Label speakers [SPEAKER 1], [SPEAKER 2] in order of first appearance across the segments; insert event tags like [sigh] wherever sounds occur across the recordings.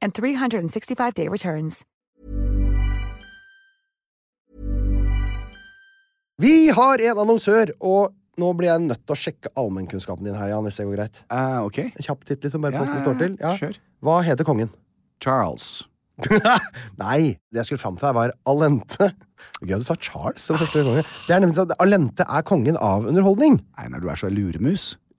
[SPEAKER 1] and 365-day returns.
[SPEAKER 2] Vi har en annonsør, og nå blir jeg nødt til å sjekke allmennkunnskapen din her, Jan, hvis det går greit.
[SPEAKER 3] Eh, ok.
[SPEAKER 2] En kjapp titt, liksom, bare
[SPEAKER 3] Ja,
[SPEAKER 2] på hvordan det
[SPEAKER 3] ja,
[SPEAKER 2] står til.
[SPEAKER 3] ja. Kjør.
[SPEAKER 2] Hva heter kongen? [laughs]
[SPEAKER 3] Charles.
[SPEAKER 2] Nei, det jeg skulle fram til her, var Alente. Gøy at du sa Charles som første konge. Det er nemlig sånn at Alente er kongen av underholdning.
[SPEAKER 3] Einar, du er så luremus.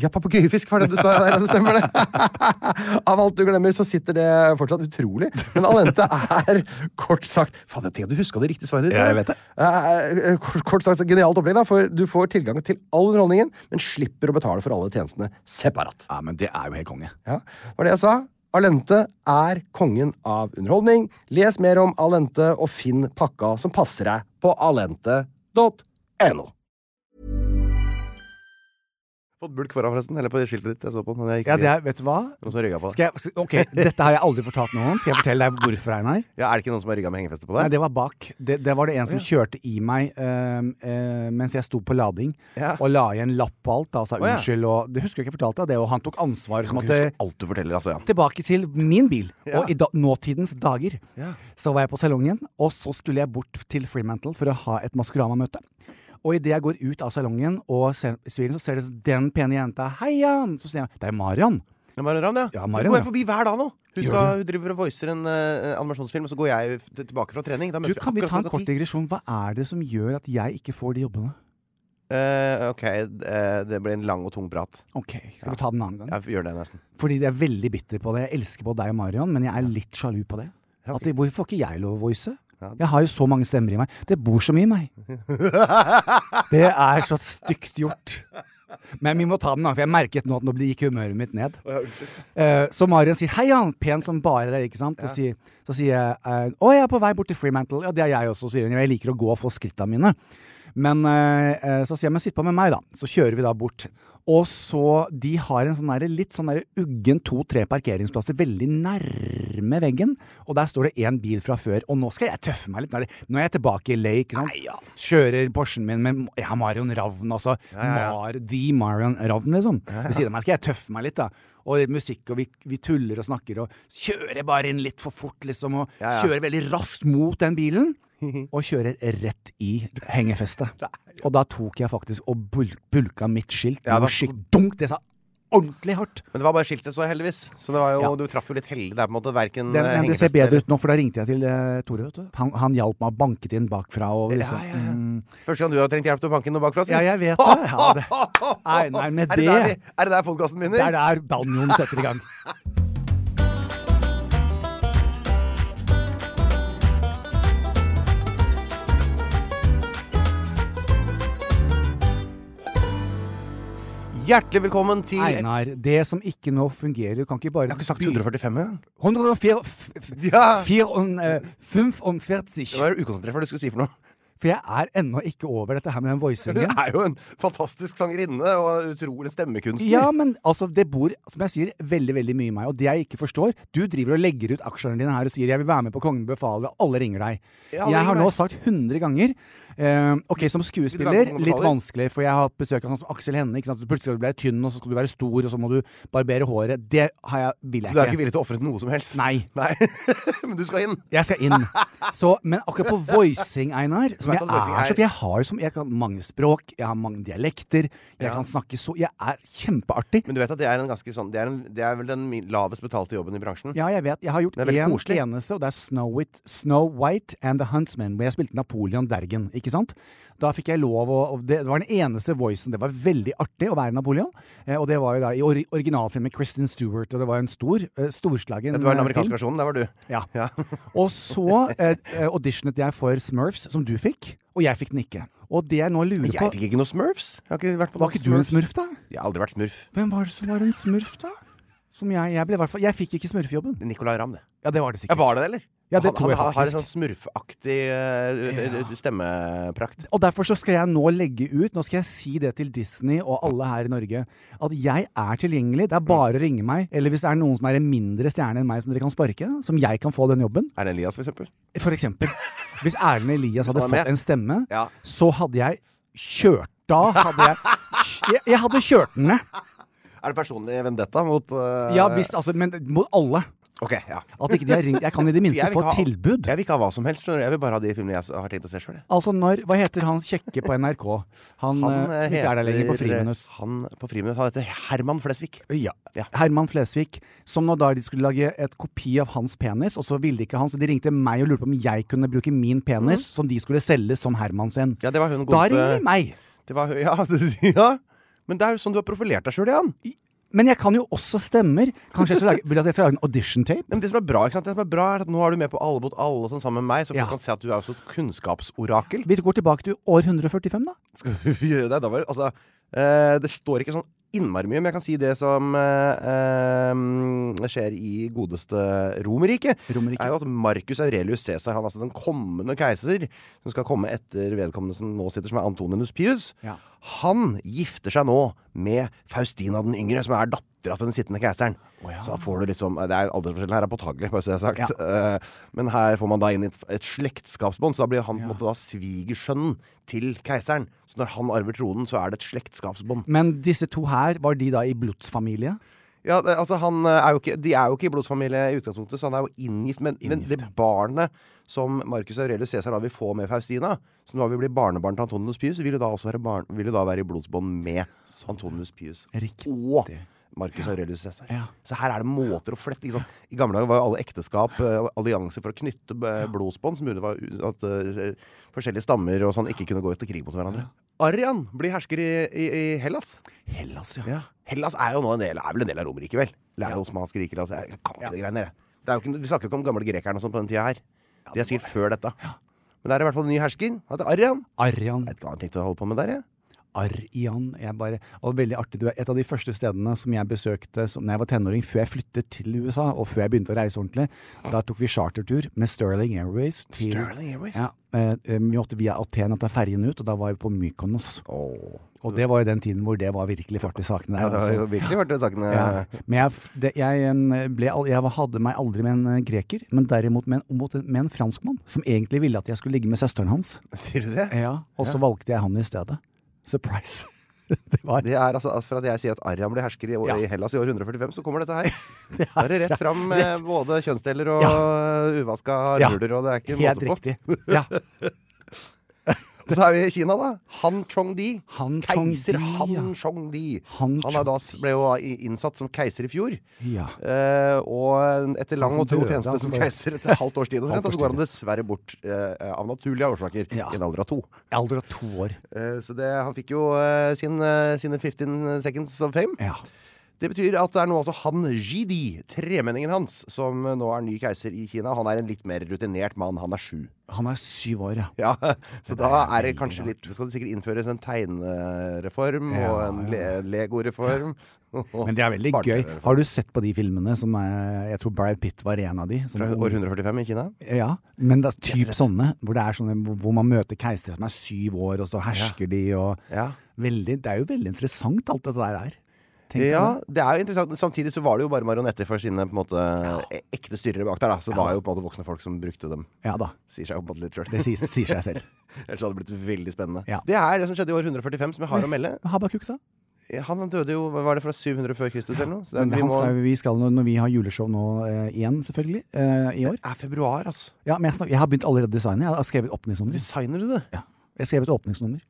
[SPEAKER 2] Ja, papegøyefisk var det du sa der, ja, det stemmer det. [laughs] Av alt du glemmer, så sitter det fortsatt utrolig. Men Alente er kort sagt Faen, jeg tenkte du huska det riktige svaret ditt.
[SPEAKER 3] Ja, jeg vet det.
[SPEAKER 2] Eh, eh, Kort, kort sagt, genialt opplegg, da, for du får tilgang til all underholdningen, men slipper å betale for alle tjenestene separat.
[SPEAKER 3] Ja, men det er jo helt konge.
[SPEAKER 2] Ja, var det jeg sa. Alente er kongen av underholdning. Les mer om Alente og finn pakka som passer deg på alente.no. Fått bulk foran, forresten. Eller på det skiltet ditt jeg så på. Når jeg gikk
[SPEAKER 4] Ja, det
[SPEAKER 2] forbi.
[SPEAKER 4] er, vet du hva?
[SPEAKER 2] Noen som har rygga på deg.
[SPEAKER 4] Skal jeg, ok, Dette har jeg aldri fortalt noen. Skal jeg fortelle deg hvorfor, Einar?
[SPEAKER 2] Ja, er det ikke noen som har rygga med hengefeste på
[SPEAKER 4] Nei,
[SPEAKER 2] deg?
[SPEAKER 4] det var bak. Det, det var det en som kjørte i meg øhm, øh, mens jeg sto på lading,
[SPEAKER 2] Ja.
[SPEAKER 4] og la igjen lapp på alt da, og sa
[SPEAKER 2] ja.
[SPEAKER 4] unnskyld. Og, det husker jeg ikke jeg fortalte deg, det, og han tok ansvar. Som at,
[SPEAKER 2] Husk alt du forteller, altså. Ja.
[SPEAKER 4] Sånn. tilbake til min bil,
[SPEAKER 2] Ja.
[SPEAKER 4] og i da, nåtidens dager, så var jeg på salongen, og så skulle jeg bort til Fremantle for å ha et Maskorama-møte. Og idet jeg går ut av salongen og ser, svilen, så ser jeg den pene jenta. 'Heian!' Så sier jeg 'Det er Marion'.
[SPEAKER 2] Ja, Marion, ja.
[SPEAKER 4] Ja,
[SPEAKER 2] Det
[SPEAKER 4] Marion,
[SPEAKER 2] går jeg
[SPEAKER 4] ja.
[SPEAKER 2] forbi hver dag nå. Hun,
[SPEAKER 4] Gjør
[SPEAKER 2] skal, hun driver og voicer en eh, animasjonsfilm, og så går jeg f- tilbake fra trening. Da
[SPEAKER 4] Du,
[SPEAKER 2] møtes
[SPEAKER 4] kan vi
[SPEAKER 2] akkurat
[SPEAKER 4] ta en
[SPEAKER 2] klokka
[SPEAKER 4] kort
[SPEAKER 2] ti.
[SPEAKER 4] digresjon? Hva er det som gjør at jeg ikke får de jobbene?
[SPEAKER 2] Eh, ok, eh, det ble en lang og tung prat.
[SPEAKER 4] Ok, Skal vi ta den en annen gang?
[SPEAKER 2] Jeg gjør det nesten.
[SPEAKER 4] Fordi jeg er veldig bitter på det. Jeg elsker både deg og Marion, men jeg er litt sjalu på det. At, hvorfor får ikke jeg lov å voice? Jeg har jo så mange stemmer i meg. Det bor så mye i meg. Det er så stygt gjort. Men vi må ta den, da, for jeg merket nå at nå gikk humøret mitt ned. Eh, så Marion sier 'hei, han', pen som bare det, ikke sant? Og sier, så sier jeg eh, 'å, jeg er på vei bort til Fremantle'. Ja, det er jeg også, sier hun. Jeg liker å gå og få skritta mine. Men eh, eh, så sier jeg, men sitt på med meg, da. Så kjører vi da bort. Og så De har en sånn der, litt sånn der uggen to-tre parkeringsplasser veldig nærme veggen. Og der står det én bil fra før. Og nå skal jeg tøffe meg litt. Nå er, det, nå er jeg tilbake i Lake. ikke sant? Kjører Porschen min med ja, Marion Ravn, altså. Mar, the Marion Ravn, liksom. Ved siden av meg skal jeg tøffe meg litt, da. Og litt musikk, og vi, vi tuller og snakker, og kjører bare inn litt for fort, liksom. Og kjører veldig raskt mot den
[SPEAKER 2] [laughs]
[SPEAKER 4] bilen og kjører rett i hengefestet. Og da tok jeg faktisk og bul bulka mitt skilt.
[SPEAKER 2] Ja,
[SPEAKER 4] Ja,
[SPEAKER 2] da-
[SPEAKER 4] skikk, dunk, det sa ordentlig hardt.
[SPEAKER 2] Men det var bare skiltet, så heldigvis. Så det var jo,
[SPEAKER 4] Ja.
[SPEAKER 2] du traff jo litt heldig. Det er på en måte verken
[SPEAKER 4] Den,
[SPEAKER 2] eh,
[SPEAKER 4] men det ser
[SPEAKER 2] hengefeste
[SPEAKER 4] bedre
[SPEAKER 2] eller-
[SPEAKER 4] ut nå, for da ringte jeg til eh, Tore. vet du. Han, han hjalp meg, banket inn bakfra. Og liksom,
[SPEAKER 2] Ja, ja, ja.
[SPEAKER 4] mm,
[SPEAKER 2] Første gang du har trengt hjelp til å banke noe bakfra? sier
[SPEAKER 4] ja,
[SPEAKER 2] du?
[SPEAKER 4] jeg vet det. Ja,
[SPEAKER 2] [laughs]
[SPEAKER 4] det. Nei, nei, men
[SPEAKER 2] Er det der,
[SPEAKER 4] det-
[SPEAKER 2] vi- er det der podkasten begynner?
[SPEAKER 4] Det er der banjoen setter i
[SPEAKER 2] [laughs]
[SPEAKER 4] gang.
[SPEAKER 2] Hjertelig velkommen til
[SPEAKER 4] Einar, det som ikke nå fungerer, kan ikke bare
[SPEAKER 2] Jeg har ikke sagt 145 engang.
[SPEAKER 4] 144
[SPEAKER 2] Ja.
[SPEAKER 4] 45
[SPEAKER 2] Det var ukonsentrert hva du skulle si for noe. [laughs]
[SPEAKER 4] For jeg er ennå ikke over dette her med den
[SPEAKER 2] Hun
[SPEAKER 4] voicingen.
[SPEAKER 2] er jo en fantastisk sangerinne og utrolig stemmekunstner.
[SPEAKER 4] Ja, men altså, det bor som jeg sier, veldig veldig mye i meg. Og det jeg ikke forstår Du driver og legger ut aksjene dine her og sier 'jeg vil være med på Kongen befaler', og alle ringer deg.
[SPEAKER 2] Ja, alle
[SPEAKER 4] jeg har
[SPEAKER 2] ringer
[SPEAKER 4] nå
[SPEAKER 2] meg.
[SPEAKER 4] sagt 100 ganger eh, OK, som
[SPEAKER 2] Vil du være
[SPEAKER 4] skuespiller
[SPEAKER 2] med på Kongen
[SPEAKER 4] litt
[SPEAKER 2] befaler?
[SPEAKER 4] vanskelig, for jeg har hatt besøk av sånn som Aksel Hennie. ikke sant? Plutselig skal du bli tynn, og så skal du være stor, og så må du barbere håret. Det har jeg, vil jeg
[SPEAKER 2] Du er ikke
[SPEAKER 4] ikke.
[SPEAKER 2] villig til å ofre noe som helst?
[SPEAKER 4] Nei.
[SPEAKER 2] [laughs] Nei. men du skal inn.
[SPEAKER 4] Jeg skal inn. Så, men akkurat på voicing, Einar som
[SPEAKER 2] vet
[SPEAKER 4] jeg,
[SPEAKER 2] at voicing
[SPEAKER 4] er,
[SPEAKER 2] er-
[SPEAKER 4] så, for jeg har jo som Jeg kan mange språk, jeg har mange dialekter, jeg kan snakke så Jeg er kjempeartig.
[SPEAKER 2] Men du vet at det er en ganske sånn Det er, en, det er vel den mi- lavest betalte jobben i bransjen?
[SPEAKER 4] Ja, jeg vet. Jeg har gjort
[SPEAKER 2] Det er veldig
[SPEAKER 4] én
[SPEAKER 2] koselig.
[SPEAKER 4] eneste, og det er Snow, Whit- Snow White and The Huntsman, hvor jeg spilte Napoleon Dergen. Ikke sant? Da fikk jeg lov å og Det var den eneste voicen. Det var veldig artig å være Napoleon. Eh, og det var jo da i ori- originalfilmen Kristin Stewart, og det var en stor, eh, storslagen
[SPEAKER 2] Det var den
[SPEAKER 4] eh,
[SPEAKER 2] amerikanske
[SPEAKER 4] film.
[SPEAKER 2] versjonen. Der var du.
[SPEAKER 4] Ja. og så eh, eh, auditionet jeg for Smurfs, som du fikk, og jeg fikk den ikke. Og det jeg nå lurer
[SPEAKER 2] Jeg
[SPEAKER 4] på
[SPEAKER 2] fikk ikke noe Smurfs. Jeg har ikke vært på
[SPEAKER 4] Var
[SPEAKER 2] noen
[SPEAKER 4] ikke du en
[SPEAKER 2] Smurfs.
[SPEAKER 4] smurf, da?
[SPEAKER 2] Jeg har aldri vært smurf.
[SPEAKER 4] Hvem var det som var en smurf, da? Som jeg, jeg ble i hvert fall Jeg fikk ikke smurfejobben.
[SPEAKER 2] Nicolay Ramm, det.
[SPEAKER 4] Ja, det var det
[SPEAKER 2] Ja,
[SPEAKER 4] sikkert.
[SPEAKER 2] var det, eller?
[SPEAKER 4] Ja, det
[SPEAKER 2] han,
[SPEAKER 4] tror jeg
[SPEAKER 2] han har en sånn
[SPEAKER 4] faktisk.
[SPEAKER 2] smurfaktig eh, stemmeprakt.
[SPEAKER 4] Og derfor så skal jeg nå legge ut, nå skal jeg si det til Disney og alle her i Norge, at jeg er tilgjengelig. Det er bare å ringe meg. Eller hvis det er noen som er en mindre stjerne enn meg som dere kan sparke, som jeg kan få den jobben.
[SPEAKER 2] Erlend Elias, for eksempel.
[SPEAKER 4] For eksempel. Hvis Erlend Elias hadde
[SPEAKER 2] han er med.
[SPEAKER 4] fått en stemme,
[SPEAKER 2] Ja.
[SPEAKER 4] så hadde jeg kjørt. Da hadde jeg Jeg, jeg hadde kjørt den ned.
[SPEAKER 2] Er det personlig vendetta mot eh,
[SPEAKER 4] Ja, hvis, altså, men mot alle.
[SPEAKER 2] Ok, ja.
[SPEAKER 4] At ikke de har ringt Jeg kan i det minste
[SPEAKER 2] Jeg vil
[SPEAKER 4] få
[SPEAKER 2] ikke ha-
[SPEAKER 4] tilbud.
[SPEAKER 2] Jeg vil ikke ha hva som helst. skjønner du. Jeg vil bare ha de filmene jeg s- har tenkt å se sjøl.
[SPEAKER 4] Altså når, Hva heter han kjekke på NRK? Han, eh, som ikke er der lenger, på Friminutt.
[SPEAKER 2] Han på friminutt Han heter Herman Flesvig.
[SPEAKER 4] Ja.
[SPEAKER 2] Ja.
[SPEAKER 4] Herman Flesvig. Som nå da de skulle lage et kopi av hans penis, og så ville ikke han, så de ringte meg og lurte på om jeg kunne bruke min penis, som de skulle selge som Herman sin.
[SPEAKER 2] Mhm. Ja, det var hun
[SPEAKER 4] da
[SPEAKER 2] godeste-
[SPEAKER 4] ringer de meg!
[SPEAKER 2] Det var, [laughs] ja, ja. Men det er jo sånn du har profilert deg sjøl, Jan.
[SPEAKER 4] Men jeg kan jo også stemmer. Kanskje jeg skal lage, vil du at jeg skal lage en audition tape?
[SPEAKER 2] Nei, Men det som er bra, ikke sant? Det som er bra er at nå er du med på Alle mot alle og sånn sammen med meg, så folk
[SPEAKER 4] Ja.
[SPEAKER 2] kan se at du er også et kunnskapsorakel.
[SPEAKER 4] Vi går tilbake til år 145, da.
[SPEAKER 2] Skal vi [laughs] gjøre det? Da var, det- altså, eh, det står ikke sånn innmari mye, men jeg kan si det som eh, eh, skjer i godeste Romerriket.
[SPEAKER 4] Romerriket.
[SPEAKER 2] er jo at Marcus Aurelius Cæsar, han er altså den kommende keiser, som skal komme etter vedkommende som nå sitter, som er Antoninus Pius,
[SPEAKER 4] Ja.
[SPEAKER 2] han gifter seg nå med Faustina den yngre, som er dattera til den sittende keiseren. Så da får du liksom Det er aldersforskjellen her er påtagelig, bare så det er sagt. Eh, Men her får man da inn et, et slektskapsbånd, så da blir han på en måte da svigersønnen til keiseren. Så når han arver tronen, så er det et slektskapsbånd.
[SPEAKER 4] Men disse to her, var de da i blodsfamilie?
[SPEAKER 2] Ja, det, altså han eh, er jo ikke, De er jo ikke i blodsfamilie i utgangspunktet, så han er jo inngift. Men, men det barnet som Marcus Aurelius Cæsar da vil få med Faustina, som da vil bli barnebarn til Antonius Pius, vil jo da også være, barn, vil jo da være i blodsbånd med Antonius Pius.
[SPEAKER 4] Riktig.
[SPEAKER 2] Og Marcus Aurelius Cæsar.
[SPEAKER 4] Ja.
[SPEAKER 2] Så her er det måter å flette. Ikke sant? I gamle dager var jo alle ekteskap eh, allianser for å knytte eh, blodsbånd, som gjorde det var u- at eh, forskjellige stammer og sånn ikke kunne gå ut til krig mot hverandre. Arian blir hersker i, i, i Hellas.
[SPEAKER 4] Hellas, ja.
[SPEAKER 2] Hellas er jo nå en del, er vel en del av Romerriket, vel? Eller er det Osmansk rike? eller Altså, jeg kan ikke de greiene der. jeg. Det er jo ikke, vi snakker jo ikke om gamle grekerne og sånn på den tida her. De er sikkert før dette. Men det er i hvert fall en ny hersker. Han heter Arian.
[SPEAKER 4] Arian.
[SPEAKER 2] Jeg vet ikke hva han tenkte å holde på med der, jeg.
[SPEAKER 4] Arian. Jeg bare, og veldig artig, du er et av de første stedene som jeg besøkte som, når jeg var tenåring, før jeg flyttet til USA, og før jeg begynte å reise ordentlig. Da tok vi chartertur med Sterling Airways. Til,
[SPEAKER 2] Sterling Airways?
[SPEAKER 4] Ja, eh, eh, vi måtte via Aten ta ferjen ut, og da var vi på Mykonos. Og det var jo den tiden hvor det var virkelig fart i sakene der.
[SPEAKER 2] Det har jo
[SPEAKER 4] altså.
[SPEAKER 2] virkelig vært eh, de sakene
[SPEAKER 4] Ja. Eh, Men jeg, f- det, jeg, em, ble, al- jeg hadde meg aldri med en eh, greker, men derimot med en, mot en- med en franskmann, som egentlig ville at jeg skulle ligge med søsteren hans.
[SPEAKER 2] Sier du det?
[SPEAKER 4] Ja, og så valgte jeg han i stedet. Surprise. [laughs] det var
[SPEAKER 2] Det er altså altså, Fra at jeg sier at Arian ble hersker i, år-
[SPEAKER 4] Ja.
[SPEAKER 2] i Hellas i år 145, så kommer dette
[SPEAKER 4] [laughs]
[SPEAKER 2] her. Da er det rett fram eh, med både kjønnsdeler og uvaska
[SPEAKER 4] Ja.
[SPEAKER 2] ruler, og det er ikke
[SPEAKER 4] Helt
[SPEAKER 2] måte på.
[SPEAKER 4] riktig. Ja.
[SPEAKER 2] Og så er vi i Kina, da. Han Chong-di.
[SPEAKER 4] Han
[SPEAKER 2] Keiser
[SPEAKER 4] Chong-di,
[SPEAKER 2] Han
[SPEAKER 4] ja.
[SPEAKER 2] Chong-di.
[SPEAKER 4] Han
[SPEAKER 2] Han er da,
[SPEAKER 4] Chong-di.
[SPEAKER 2] ble jo i- innsatt som keiser i fjor.
[SPEAKER 4] Ja.
[SPEAKER 2] Eh, og etter lang
[SPEAKER 4] som
[SPEAKER 2] og tro
[SPEAKER 4] døde, han
[SPEAKER 2] tjeneste som
[SPEAKER 4] som døde.
[SPEAKER 2] keiser etter halvt års tid, omtrent,
[SPEAKER 4] Halvt års
[SPEAKER 2] så går han dessverre bort eh, av naturlige årsaker
[SPEAKER 4] Ja.
[SPEAKER 2] i en alder av to.
[SPEAKER 4] I alder av to år.
[SPEAKER 2] Eh, så det, han fikk jo eh, sin, eh, sine 15 seconds of fame.
[SPEAKER 4] Ja.
[SPEAKER 2] Det betyr at det er nå altså han Jidi, tremenningen hans, som nå er ny keiser i Kina. Han er en litt mer rutinert mann. Han er sju. [laughs]
[SPEAKER 4] Han er syv år, ja.
[SPEAKER 2] Ja, Så da er det kanskje litt Skal det sikkert innføres en tegnereform og en le legoreform. og
[SPEAKER 4] Men det er
[SPEAKER 2] [laughs]
[SPEAKER 4] veldig gøy.
[SPEAKER 2] barnereform.
[SPEAKER 4] Har du sett på de filmene som er Jeg tror Brad Pitt var en av de. Som
[SPEAKER 2] Fra år 145 i Kina?
[SPEAKER 4] Ja, men det er typ sånne. Hvor det er sånne hvor man møter keisere som er syv år, og så hersker de og
[SPEAKER 2] Ja.
[SPEAKER 4] veldig, Det er jo veldig interessant, alt dette der er. Tenk på
[SPEAKER 2] Ja,
[SPEAKER 4] det.
[SPEAKER 2] det er jo interessant. Samtidig så var det jo bare marionetter for sine på en måte e-, ekte styrere bak der. da Så det var jo på en måte voksne folk som brukte dem.
[SPEAKER 4] ja da.
[SPEAKER 2] Sier seg jo på en måte litt sjøl.
[SPEAKER 4] Det sier, sier seg selv.
[SPEAKER 2] [laughs] Ellers hadde det blitt veldig spennende.
[SPEAKER 4] Ja.
[SPEAKER 2] Det er det som skjedde i år 145, som jeg har å melde.
[SPEAKER 4] Men Habakuk, da?
[SPEAKER 2] Eh, Han døde jo hva var det fra 700 før Kristus eller noe? Så det,
[SPEAKER 4] Men
[SPEAKER 2] er- vi
[SPEAKER 4] han
[SPEAKER 2] må,
[SPEAKER 4] skal, vi skal, når- når vi har juleshow nå eh, igjen, selvfølgelig, eh, i år
[SPEAKER 2] det er februar, altså.
[SPEAKER 4] Ja, men jeg, snak, jeg har begynt allerede å designe. Jeg har skrevet åpningsnummer.
[SPEAKER 2] Designer du det?
[SPEAKER 4] Ja. Jeg har skrevet åpningsnummer.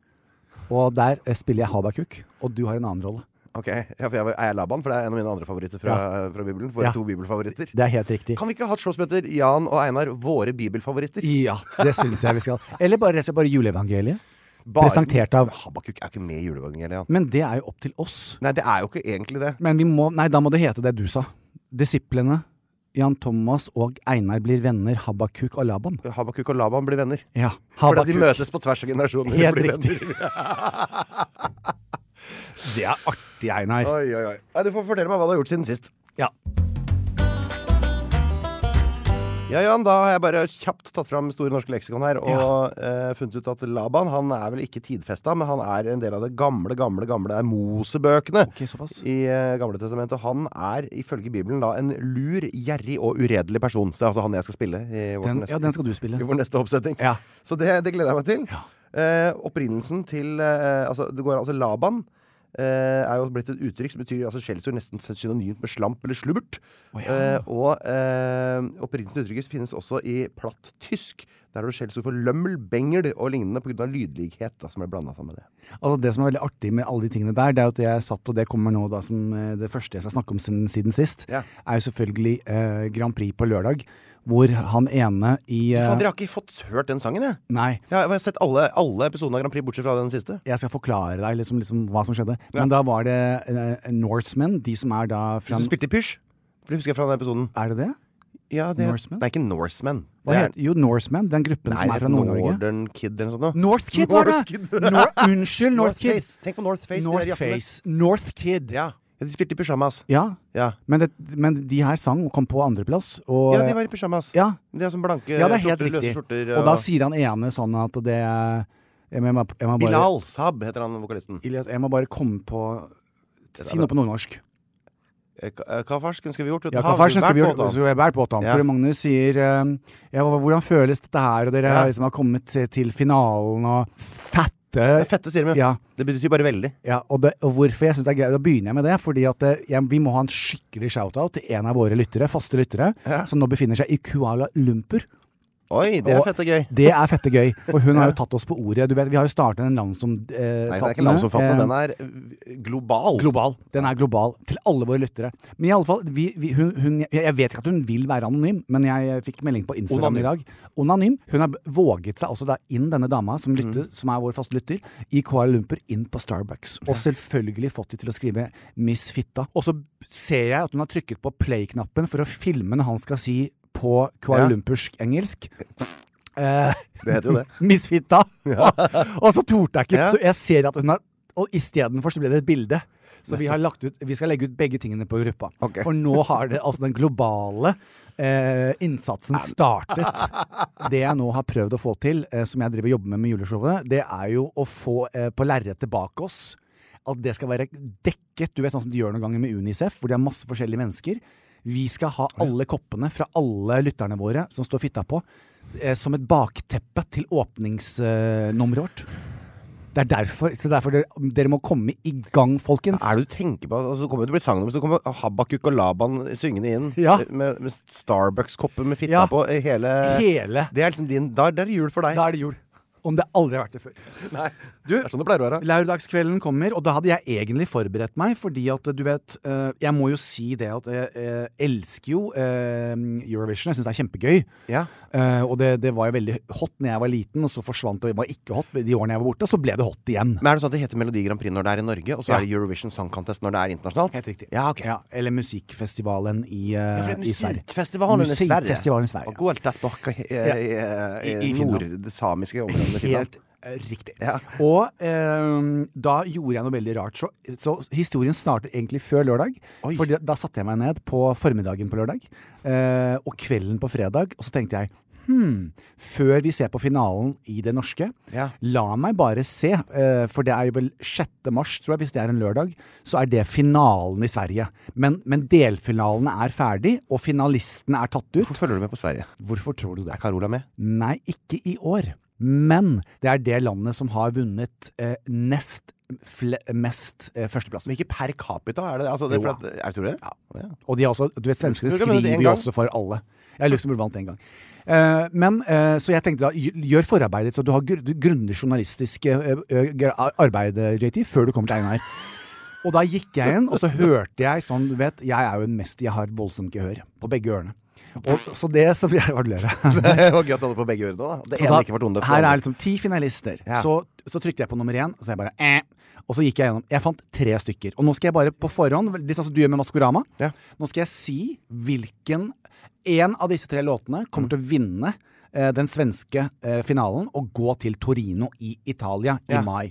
[SPEAKER 4] Og der eh, spiller jeg Habakuk, og du har en annen rolle.
[SPEAKER 2] Ok, ja, for jeg, var- er jeg Laban? For det er en av mine andre favoritter fra, fra Bibelen. Våre
[SPEAKER 4] Ja.
[SPEAKER 2] to bibelfavoritter.
[SPEAKER 4] Det er helt riktig.
[SPEAKER 2] Kan vi ikke ha et show som heter Jan og Einar, våre bibelfavoritter?
[SPEAKER 4] Ja, det syns jeg vi skal. Eller bare, rett og slett bare juleevangeliet.
[SPEAKER 2] Bare-
[SPEAKER 4] Presentert av
[SPEAKER 2] Habakuk er jo ikke med i juleevangeliet, Jan.
[SPEAKER 4] Men det er jo opp til oss.
[SPEAKER 2] Nei, det er jo ikke egentlig det.
[SPEAKER 4] Men vi må Nei, da må det hete det du sa. Disiplene Jan Thomas og Einar blir venner Habakuk og Laban.
[SPEAKER 2] Habakuk og Laban blir venner.
[SPEAKER 4] Ja,
[SPEAKER 2] Fordi at de
[SPEAKER 4] Habakuk.
[SPEAKER 2] møtes på tvers av generasjoner. og
[SPEAKER 4] Helt
[SPEAKER 2] blir
[SPEAKER 4] riktig.
[SPEAKER 2] venner.
[SPEAKER 4] [laughs] Det er artig, Einar.
[SPEAKER 2] Oi, oi, oi. Nei, du får fortelle meg hva du har gjort siden sist.
[SPEAKER 4] Ja.
[SPEAKER 2] Ja, Jan, da har jeg bare kjapt tatt fram Store norske leksikon her og eh, funnet ut at Laban han er vel ikke tidfesta, men han er en del av det gamle, gamle, gamle det er Mosebøkene
[SPEAKER 4] Ok, såpass.
[SPEAKER 2] i eh, Gamle testamentet. Han er ifølge Bibelen da en lur, gjerrig og uredelig person. Så det er altså han jeg skal spille i vår
[SPEAKER 4] Den,
[SPEAKER 2] neste,
[SPEAKER 4] ja, den skal du spille.
[SPEAKER 2] i vår neste oppsetning.
[SPEAKER 4] Ja.
[SPEAKER 2] Så det, det gleder jeg meg til. Eh, opprinnelsen til eh, altså, det går, altså Laban eh, er jo blitt et uttrykk som betyr altså, skjellsord nesten synonymt med slamp eller slubbert. Eh, og eh, opprinnelsen til uttrykket finnes også i platt tysk. Der er det skjellsord for lømmel, bengel og lignende pga. lydlighet da, som er blanda sammen med det.
[SPEAKER 4] Altså, det som er veldig artig med alle de tingene der, det er jo at jeg satt, og det kommer nå da som eh, det første jeg skal snakke om siden, siden sist,
[SPEAKER 2] Ja.
[SPEAKER 4] er jo selvfølgelig eh, Grand Prix på lørdag, hvor han ene i eh,
[SPEAKER 2] Faen, dere har ikke fått hørt den sangen, jeg.
[SPEAKER 4] Nei.
[SPEAKER 2] Jeg har, jeg har sett alle, alle episodene av Grand Prix bortsett fra den siste.
[SPEAKER 4] Jeg skal forklare deg liksom, liksom hva som skjedde. Men da var det eh, Norsemen, de som er da
[SPEAKER 2] De
[SPEAKER 4] fra
[SPEAKER 2] som spilte i pysj. For det husker jeg fra den episoden.
[SPEAKER 4] Er det det?
[SPEAKER 2] Ja, det,
[SPEAKER 4] Norsemen?
[SPEAKER 2] Nei, ikke Norsemen.
[SPEAKER 4] Hva heter, jo, Norsemen, den gruppen
[SPEAKER 2] Nei,
[SPEAKER 4] som
[SPEAKER 2] det
[SPEAKER 4] er
[SPEAKER 2] heter
[SPEAKER 4] fra Nord-Norge.
[SPEAKER 2] Northern Kid eller noe sånt. noe.
[SPEAKER 4] Northkid var det!
[SPEAKER 2] [laughs] Northkid.
[SPEAKER 4] Nor unnskyld, Northkid.
[SPEAKER 2] Northface. Tenk på Northface.
[SPEAKER 4] Northface. Northkid.
[SPEAKER 2] Ja. ja, de spilte i pysjamas.
[SPEAKER 4] Ja.
[SPEAKER 2] Ja.
[SPEAKER 4] Men, det, men de her sang og kom på andreplass. Og,
[SPEAKER 2] ja, de var i pysjamas.
[SPEAKER 4] Ja.
[SPEAKER 2] De har sånn blanke
[SPEAKER 4] Ja, det er helt
[SPEAKER 2] skjorter,
[SPEAKER 4] riktig.
[SPEAKER 2] løse skjorter.
[SPEAKER 4] Og da sier han ene sånn at det Jeg må, jeg må bare
[SPEAKER 2] Bilal Saab heter han vokalisten.
[SPEAKER 4] Ilias, Jeg må bare komme på Si noe på nordnorsk.
[SPEAKER 2] Eh, Ka- eh, Hva farsken skulle vi gjort uten
[SPEAKER 4] Ja, hva
[SPEAKER 2] hav?
[SPEAKER 4] farsen skal vi
[SPEAKER 2] Vært båt,
[SPEAKER 4] gjøre?
[SPEAKER 2] da.
[SPEAKER 4] Så jeg bærer på at han.
[SPEAKER 2] Ja.
[SPEAKER 4] Hvor Magnus sier eh, ja, hva- Hvordan føles dette her? Og dere
[SPEAKER 2] Ja.
[SPEAKER 4] liksom har kommet til- til finalen og Fette!
[SPEAKER 2] Det er fette, sier de.
[SPEAKER 4] Ja.
[SPEAKER 2] Det betyr bare veldig.
[SPEAKER 4] Ja, og, det, og hvorfor jeg synes det er greit, da begynner jeg med det, fordi at eh, jeg, vi må ha en skikkelig shout-out til en av våre lyttere, faste lyttere,
[SPEAKER 2] Ja.
[SPEAKER 4] som nå befinner seg i Kuala Lumpur.
[SPEAKER 2] Oi, det er
[SPEAKER 4] Og
[SPEAKER 2] fette gøy.
[SPEAKER 4] Det er fette gøy, for hun har jo tatt oss på ordet. Du vet, vi har jo startet en landsomfattende
[SPEAKER 2] Nei, det er ikke landsomfattende. Den er eh, global.
[SPEAKER 4] Global. Den er global til alle våre lyttere. Men i alle fall, vi, vi, hun, hun, jeg jeg vet ikke at hun vil være anonym, men jeg fikk melding på Instagram
[SPEAKER 2] Onanym.
[SPEAKER 4] i dag. Onanym. Hun har b- våget seg altså da inn, denne dama som, lytter, som er vår faste lytter, i Kuala Lumpur, inn på Starbucks. Og selvfølgelig fått de til å skrive 'Miss Fitta'. Og så ser jeg at hun har trykket på play-knappen for å filme når han skal si på Kuala
[SPEAKER 2] Ja.
[SPEAKER 4] Lumpersk engelsk. Eh,
[SPEAKER 2] Det heter jo det.
[SPEAKER 4] [laughs] Misfitta! [laughs] og så torde jeg ikke.
[SPEAKER 2] Ja.
[SPEAKER 4] Så jeg ser at hun har Og istedenfor så ble det et bilde. Så vi, har lagt ut, vi skal legge ut begge tingene på gruppa.
[SPEAKER 2] Ok.
[SPEAKER 4] For nå har det, altså den globale eh, innsatsen startet. Det jeg nå har prøvd å få til, eh, som jeg driver og jobber med med juleshowet, det er jo å få eh, på lerretet bak oss at det skal være dekket, du vet sånn som de gjør noen ganger med Unicef, hvor det er masse forskjellige mennesker. Vi skal ha alle koppene fra alle lytterne våre som står fitta på, eh, som et bakteppe til åpningsnummeret vårt. Det er derfor, så derfor dere, dere må komme i gang, folkens.
[SPEAKER 2] Er det du tenker på altså, Så kommer det til å bli sangnummer, så kommer Habakuk og Laban syngende inn
[SPEAKER 4] Ja.
[SPEAKER 2] eh, med, med Starbucks-kopper med fitta
[SPEAKER 4] Ja.
[SPEAKER 2] på eh, hele,
[SPEAKER 4] Hele
[SPEAKER 2] Det er liksom din Da da er det jul for deg.
[SPEAKER 4] Da er det jul. Om det aldri har vært det før.
[SPEAKER 2] Nei,
[SPEAKER 4] Du,
[SPEAKER 2] det er sånn det pleier å være.
[SPEAKER 4] Laurdagskvelden kommer, og da hadde jeg egentlig forberedt meg, fordi at du vet eh, Jeg må jo si det at jeg eh, elsker jo eh, Eurovision. Jeg syns det er kjempegøy.
[SPEAKER 2] Ja.
[SPEAKER 4] Eh, og det, det var jo veldig hot når jeg var liten, og så forsvant det og var ikke hot de årene jeg var borte. Og så ble det hot igjen.
[SPEAKER 2] Men er det sånn at det heter Melodi Grand Prix når det er i Norge, og så
[SPEAKER 4] Ja.
[SPEAKER 2] er det Eurovision Song Contest når det er internasjonalt?
[SPEAKER 4] Helt riktig.
[SPEAKER 2] Ja, ok.
[SPEAKER 4] Ja, eller musikkfestivalen i, eh,
[SPEAKER 2] for det er
[SPEAKER 4] i Sverige.
[SPEAKER 2] Musikfestivalen i Sverige.
[SPEAKER 4] Musikkfestivalen i Sverige.
[SPEAKER 2] Og gå helt tett bak i, i, i,
[SPEAKER 4] I- i Finland.
[SPEAKER 2] nord, det samiske området i Finland.
[SPEAKER 4] Helt eh, riktig.
[SPEAKER 2] Ja.
[SPEAKER 4] Og eh, da gjorde jeg noe veldig rart. Så, så historien startet egentlig før lørdag. For da, da satte jeg meg ned på formiddagen på lørdag eh, og kvelden på fredag, og så tenkte jeg Hmm. Før vi ser på finalen i det norske,
[SPEAKER 2] Ja.
[SPEAKER 4] la meg bare se. eh, For det er jo vel 6. mars, tror jeg, hvis det er en lørdag, så er det finalen i Sverige. Men, men delfinalene er ferdig, og finalistene er tatt ut.
[SPEAKER 2] Hvorfor følger du med på Sverige?
[SPEAKER 4] Hvorfor tror du det?
[SPEAKER 2] Er Carola med?
[SPEAKER 4] Nei, ikke i år. Men det er det landet som har vunnet eh, nest fle mest eh, førsteplassen.
[SPEAKER 2] Men ikke per capita, er det det? Altså, det er for at, jeg tror det. Ja. [laughs]
[SPEAKER 4] Og de har også, du vet, svenskene
[SPEAKER 2] Luxemburg har vunnet
[SPEAKER 4] skriver
[SPEAKER 2] én
[SPEAKER 4] jo
[SPEAKER 2] gang.
[SPEAKER 4] også for alle. Ja, Luxembourg vant én gang. Eh, men, eh, Så jeg tenkte da, gj- gjør forarbeidet, så du har gr du grundig journalistisk eh, ø- gr- arbeid, eh, JT, før du kommer til Einar. Og da gikk jeg inn, og så hørte jeg sånn, du vet, jeg er jo en mest, jeg har et voldsomt gehør på begge ørene. Og, så det som jeg var løret.
[SPEAKER 2] Det var gøy at du hadde på begge ørene. da. Det
[SPEAKER 4] Så
[SPEAKER 2] ene
[SPEAKER 4] da-
[SPEAKER 2] ikke var tondøft. det
[SPEAKER 4] Her
[SPEAKER 2] andre.
[SPEAKER 4] er liksom ti finalister.
[SPEAKER 2] Ja.
[SPEAKER 4] Så, så trykte jeg på nummer én, så jeg bare eh. Og så gikk jeg gjennom. Jeg fant tre stykker. Og nå skal jeg bare på forhånd, litt sånn som du gjør med Maskorama,
[SPEAKER 2] Ja.
[SPEAKER 4] nå skal jeg si hvilken En av disse tre låtene kommer
[SPEAKER 2] Mm.
[SPEAKER 4] til å vinne eh, den svenske eh, finalen og gå til Torino i Italia i
[SPEAKER 2] Ja.
[SPEAKER 4] mai.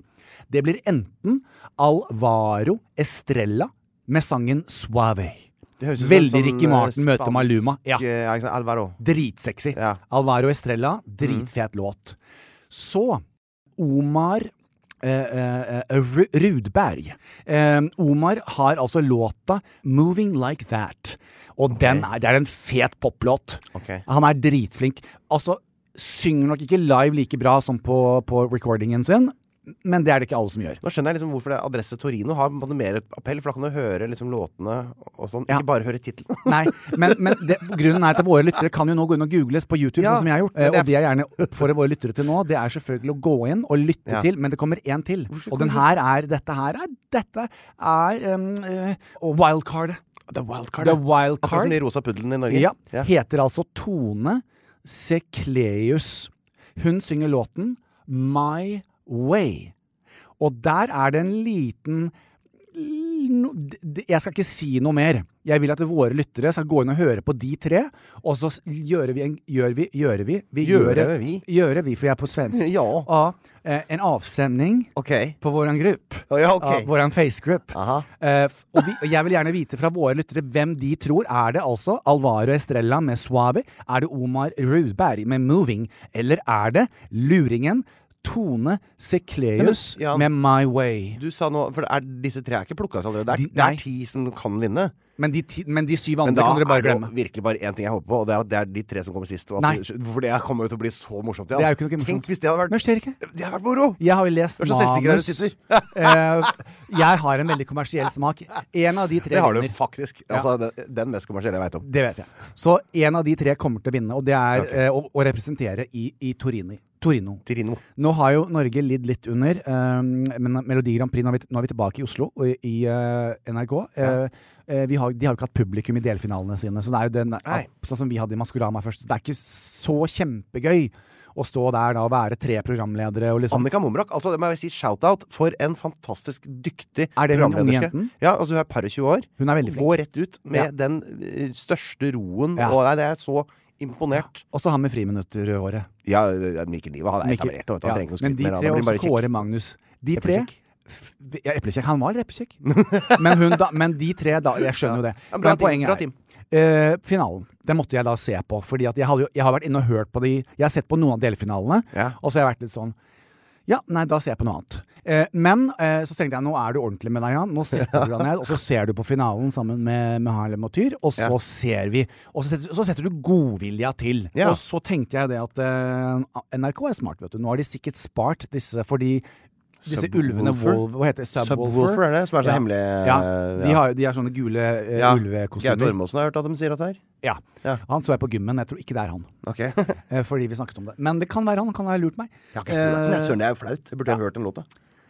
[SPEAKER 4] Det blir enten Alvaro Estrella med sangen Suave.
[SPEAKER 2] Det høres ut som
[SPEAKER 4] Veldig
[SPEAKER 2] sånn,
[SPEAKER 4] Ricky Martin
[SPEAKER 2] eh,
[SPEAKER 4] møter
[SPEAKER 2] spansk, eh,
[SPEAKER 4] Maluma. Ja.
[SPEAKER 2] ikke sant, Alvaro.
[SPEAKER 4] Dritsexy.
[SPEAKER 2] Ja. Mhm.
[SPEAKER 4] Alvaro Estrella, dritfet låt. Så Omar eh, eh, eh, Ru- Rudberg. Eh, Omar har altså låta 'Moving Like That'. Og den er, det er en fet poplåt.
[SPEAKER 2] Ok.
[SPEAKER 4] Han er dritflink. Altså, synger nok ikke live like bra som på, på recordingen sin, men det er det ikke alle som gjør.
[SPEAKER 2] Nå skjønner jeg liksom hvorfor det er adresse Torino har på en måte mer appell, for da kan du høre liksom låtene og sånn.
[SPEAKER 4] Ja.
[SPEAKER 2] Ikke bare høre tittelen. [laughs]
[SPEAKER 4] Nei, men, men det, grunnen er at våre lyttere kan jo nå gå inn og googles på YouTube,
[SPEAKER 2] Ja,
[SPEAKER 4] sånn som jeg har gjort. Eh,
[SPEAKER 2] men det er-
[SPEAKER 4] Og det jeg gjerne oppfordrer våre lyttere til nå, det er selvfølgelig å gå inn og lytte
[SPEAKER 2] Ja.
[SPEAKER 4] til, men det kommer én til. Og den her er Dette her er Dette er um, eh, Og wildcardet. The wildcard.
[SPEAKER 2] Akkurat som de rosa puddelen i Norge.
[SPEAKER 4] Ja.
[SPEAKER 2] Ja.
[SPEAKER 4] Heter altså Tone Sekleus. Hun synger låten My Way. Og der er det en liten no- d- d- Jeg skal ikke si noe mer. Jeg vil at våre lyttere skal gå inn og høre på de tre, og så s- gjør vi en, gjør vi, gjør vi, vi
[SPEAKER 2] Gjøre
[SPEAKER 4] gjøre-
[SPEAKER 2] vi.
[SPEAKER 4] Gjøre vi, for jeg er på svensk.
[SPEAKER 2] [laughs] [laughs] Ja.
[SPEAKER 4] Av, eh, en avstemning
[SPEAKER 2] Ok.
[SPEAKER 4] på våran grupp.
[SPEAKER 2] Å, ja, ok.
[SPEAKER 4] Av våran facegroup.
[SPEAKER 2] Aha.
[SPEAKER 4] Eh, f- og, vi, og jeg vil gjerne vite fra våre lyttere hvem de tror. Er det altså Alvaro Estrella med Suave? Er det Omar Rudberg med Moving? Eller er det luringen Tone Sekleus
[SPEAKER 2] Nei, men, Jan.
[SPEAKER 4] med My Way?
[SPEAKER 2] Du sa nå For er, disse tre er ikke plukka ut allerede. Det
[SPEAKER 4] De-
[SPEAKER 2] er, det
[SPEAKER 4] nei.
[SPEAKER 2] er ti som kan vinne.
[SPEAKER 4] Men de, ti, men de syv
[SPEAKER 2] Men
[SPEAKER 4] andre
[SPEAKER 2] da
[SPEAKER 4] kan dere
[SPEAKER 2] er
[SPEAKER 4] bare
[SPEAKER 2] det jo
[SPEAKER 4] glemme.
[SPEAKER 2] virkelig bare én ting jeg håper på, og det er at det er de tre som kommer sist. Og
[SPEAKER 4] Nei.
[SPEAKER 2] at, for det kommer jo til å bli så morsomt. Jan.
[SPEAKER 4] Det er jo ikke noe morsomt.
[SPEAKER 2] Tenk hvis det hadde vært
[SPEAKER 4] Men skjer ikke.
[SPEAKER 2] Det hadde vært moro!
[SPEAKER 4] Jeg har jo lest
[SPEAKER 2] Du er så selvsikker
[SPEAKER 4] manus.
[SPEAKER 2] der du
[SPEAKER 4] eh, jeg har en veldig kommersiell smak. En
[SPEAKER 2] [laughs]
[SPEAKER 4] av de tre
[SPEAKER 2] Det har du
[SPEAKER 4] vinner.
[SPEAKER 2] faktisk. Altså, den- Den mest kommersielle jeg veit om.
[SPEAKER 4] Det vet jeg. Så en av de tre kommer til å vinne, og det er eh, å, å representere i, i Torini. Torino.
[SPEAKER 2] Trino.
[SPEAKER 4] Nå har jo Norge lidd litt under, eh, men Melodi Grand Prix, nå er vi, nå er vi tilbake i Oslo og i, i eh, NRK. Eh, eh, vi har, de har jo ikke hatt publikum i delfinalene sine, så det er jo den,
[SPEAKER 2] Nei.
[SPEAKER 4] sånn som vi hadde i Maskorama først. Det er ikke så kjempegøy å stå der da og være tre programledere og liksom
[SPEAKER 2] Annika Momrak, altså det må jeg si shout-out for en fantastisk dyktig
[SPEAKER 4] Er det hun unge
[SPEAKER 2] programlederske.
[SPEAKER 4] jenten?
[SPEAKER 2] Ja, altså hun er par og 20 år.
[SPEAKER 4] Hun er veldig flink.
[SPEAKER 2] Går rett ut med
[SPEAKER 4] Ja.
[SPEAKER 2] den eh, største roen.
[SPEAKER 4] Ja.
[SPEAKER 2] Og nei, det er så imponert.
[SPEAKER 4] Og så han med friminutter-året.
[SPEAKER 2] Ja, eh, Mikkel Niva, han er etablert. vet du, Han
[SPEAKER 4] Ja,
[SPEAKER 2] trenger ikke å
[SPEAKER 4] Men
[SPEAKER 2] skryte
[SPEAKER 4] de
[SPEAKER 2] mer.
[SPEAKER 4] tre,
[SPEAKER 2] Han blir
[SPEAKER 4] også
[SPEAKER 2] bare kjekk.
[SPEAKER 4] Kåre Magnus. De tre
[SPEAKER 2] Eplekjekk.
[SPEAKER 4] f- ja, Eplekjekk. Han var litt
[SPEAKER 2] [laughs]
[SPEAKER 4] eplekjekk. men, hun da, men de tre, da. Jeg skjønner jo det.
[SPEAKER 2] Ja, bra
[SPEAKER 4] men
[SPEAKER 2] team,
[SPEAKER 4] poenget
[SPEAKER 2] bra
[SPEAKER 4] er
[SPEAKER 2] team.
[SPEAKER 4] eh, finalen. Den måtte jeg da se på. Fordi at jeg, hadde jo, jeg har vært inne og hørt på de Jeg har sett på noen av delfinalene,
[SPEAKER 2] Ja.
[SPEAKER 4] og så har jeg vært litt sånn ja, nei, da ser jeg på noe annet. Eh, men eh, så tenkte jeg nå er du ordentlig med deg, Jan. Nå setter du deg ned, og så ser du på finalen sammen med, med Harlem og Tyr, og så
[SPEAKER 2] Ja.
[SPEAKER 4] ser vi. Og så setter, så setter du godvilja til.
[SPEAKER 2] Ja.
[SPEAKER 4] Og så tenkte jeg det at eh, NRK er smart, vet du. Nå har de sikkert spart disse, fordi Disse ulvene Wolf, Hva heter det?
[SPEAKER 2] Subwoolfer er det, som er så
[SPEAKER 4] ja.
[SPEAKER 2] hemmelig
[SPEAKER 4] Ja.
[SPEAKER 2] eh,
[SPEAKER 4] De,
[SPEAKER 2] ja.
[SPEAKER 4] har, de har sånne gule eh,
[SPEAKER 2] Ja. Gaute
[SPEAKER 4] ulvekostymer.
[SPEAKER 2] Ormåsen har jeg hørt at de sier at det er.
[SPEAKER 4] Ja.
[SPEAKER 2] Ja.
[SPEAKER 4] Han så jeg på gymmen. Jeg tror ikke det er han.
[SPEAKER 2] [laughs] Ok.
[SPEAKER 4] eh, Fordi vi snakket om det. Men det kan være han. Han kan ha lurt meg.
[SPEAKER 2] Jeg har ikke hørt den, jeg. Søren, det er jo flaut. Jeg burde ha hørt den låta.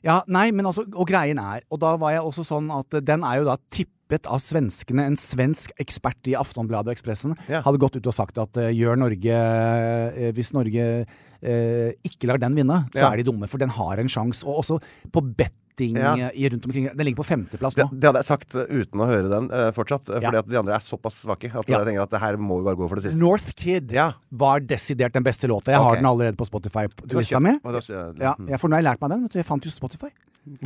[SPEAKER 4] Ja, nei, men altså, og greien er Og da var jeg også sånn at eh, den er jo da tippet av svenskene. En svensk ekspert i Aftonbladet og Ekspressen
[SPEAKER 2] Ja.
[SPEAKER 4] hadde gått ut og sagt at eh, gjør Norge eh, Hvis Norge eh, ikke lar den vinne, så
[SPEAKER 2] Ja.
[SPEAKER 4] er de dumme, for den har en sjanse. Og også på betting
[SPEAKER 2] Ja.
[SPEAKER 4] eh, i- rundt omkring. Den ligger på femteplass
[SPEAKER 2] Det,
[SPEAKER 4] nå.
[SPEAKER 2] det hadde jeg sagt eh, uten å høre den eh, fortsatt, eh,
[SPEAKER 4] Ja.
[SPEAKER 2] fordi at de andre er såpass svake at
[SPEAKER 4] Ja.
[SPEAKER 2] jeg tenker at det her må vi bare gå for det siste.
[SPEAKER 4] North Kid
[SPEAKER 2] Ja.
[SPEAKER 4] var desidert den beste låta. Jeg har
[SPEAKER 2] Ok.
[SPEAKER 4] den allerede på Spotify-lista mi.
[SPEAKER 2] Og da- Mm.
[SPEAKER 4] Ja, ja, for nå har jeg lært meg den. Vet du, jeg fant jo Spotify.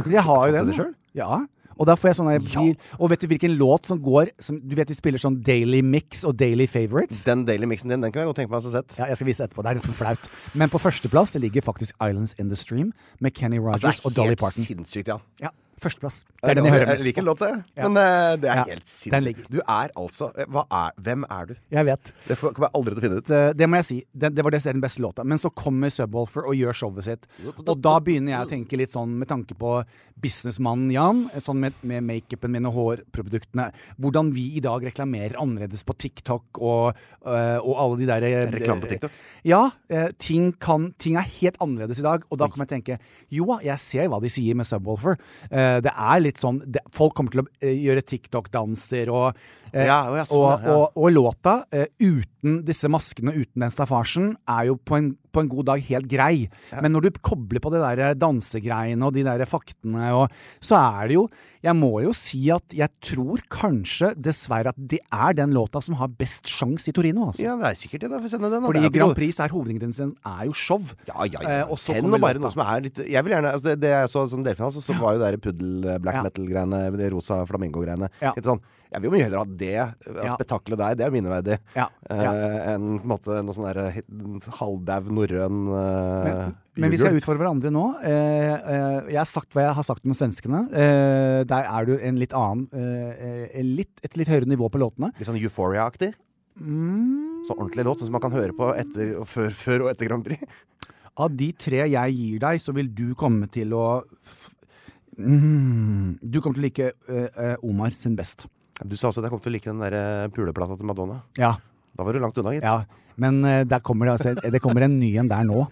[SPEAKER 4] Jeg har
[SPEAKER 2] Fant Mhm.
[SPEAKER 4] jo
[SPEAKER 2] du
[SPEAKER 4] den.
[SPEAKER 2] det
[SPEAKER 4] da.
[SPEAKER 2] selv?
[SPEAKER 4] Ja. Og da får jeg sånne blir- Og vet du hvilken låt som går som, Du vet de spiller sånn Daily Mix og Daily Favorites?
[SPEAKER 2] Den daily mixen din, den kunne jeg godt tenke meg å ha sett.
[SPEAKER 4] Ja, jeg skal vise det etterpå. Det er nesten flaut. Men på førsteplass ligger faktisk Islands In The Stream med Kenny Rogers
[SPEAKER 2] Altså,
[SPEAKER 4] og Dolly Parton.
[SPEAKER 2] sinnssykt, ja.
[SPEAKER 4] Ja, førsteplass. Det er den jeg hører
[SPEAKER 2] Jeg
[SPEAKER 4] mest
[SPEAKER 2] liker
[SPEAKER 4] på.
[SPEAKER 2] låta, jeg.
[SPEAKER 4] Ja.
[SPEAKER 2] men eh, det er
[SPEAKER 4] Ja,
[SPEAKER 2] helt
[SPEAKER 4] den ligger.
[SPEAKER 2] sinnssykt. Du er altså eh, hva er, Hvem er du?
[SPEAKER 4] Jeg vet.
[SPEAKER 2] Det får- kommer jeg aldri til å finne ut.
[SPEAKER 4] eh, det, det må jeg si. Det, det var det den beste låta. Men så kommer Subwoolfer og gjør showet sitt. Og da begynner jeg å tenke litt sånn med tanke på businessmannen Jan, sånn med, med makeupen min og hårproduktene. Hvordan vi i dag reklamerer annerledes på TikTok og, øh, og alle de der eh,
[SPEAKER 2] Reklame på TikTok?
[SPEAKER 4] Ja. eh, ting, kan, ting er helt annerledes i dag. Og da kommer jeg til å tenke jo da, jeg ser hva de sier med Subwoolfer. Eh, det er litt sånn det, Folk kommer til å eh, gjøre TikTok-danser og eh,
[SPEAKER 2] Ja, å ja, sånn,
[SPEAKER 4] og,
[SPEAKER 2] ja, ja.
[SPEAKER 4] og, og låta, eh, uten disse maskene, uten den staffasjen, er jo på en, på en god dag helt grei. Men når du kobler på det der eh, dansegreiene og de der faktene, og, så er det jo Jeg må jo si at jeg tror kanskje, dessverre, at det er den låta som har best sjanse i Torino, altså.
[SPEAKER 2] Ja, det er sikkert det. Da får jeg sende den. da.
[SPEAKER 4] Fordi
[SPEAKER 2] Det er jo ikke
[SPEAKER 4] Grand
[SPEAKER 2] noe-
[SPEAKER 4] Prix er hovedingrediensen, er jo show.
[SPEAKER 2] Ja, ja, ja.
[SPEAKER 4] Eh, og så
[SPEAKER 2] Send
[SPEAKER 4] kommer
[SPEAKER 2] nå bare
[SPEAKER 4] låta.
[SPEAKER 2] noe som er litt Jeg vil gjerne altså, Det, det jeg så som delfinale, så, så var jo det der puddel eh, black
[SPEAKER 4] Ja.
[SPEAKER 2] metal-greiene, de rosa flamingo-greiene.
[SPEAKER 4] Ja.
[SPEAKER 2] Litt sånn Jeg vil jo mye heller ha det eh,
[SPEAKER 4] Ja.
[SPEAKER 2] spetakkelet der, det er minneverdig,
[SPEAKER 4] Ja, ja.
[SPEAKER 2] eh, enn på en måte noe sånn derre halvdau norrøn eh,
[SPEAKER 4] Men vi skal
[SPEAKER 2] jul.
[SPEAKER 4] utfordre hverandre nå. Eh, eh, jeg har sagt hva jeg har sagt om svenskene. Eh, der er du en litt annen eh, eh, litt, Et litt høyere nivå på låtene.
[SPEAKER 2] Litt sånn euphoria-aktig. Så ordentlig låt, sånn som man kan høre på etter, og før, før og etter Grand Prix.
[SPEAKER 4] Av de tre jeg gir deg, så vil du komme til å f- mm, Du kommer til å like eh, eh, Omar sin best.
[SPEAKER 2] Du sa også at jeg kom til å like den der eh, puleplata til Madonna.
[SPEAKER 4] Ja.
[SPEAKER 2] Da var du langt [laughs] unna, gitt.
[SPEAKER 4] ja. Men eh, der kommer det, altså, det kommer en ny en der nå.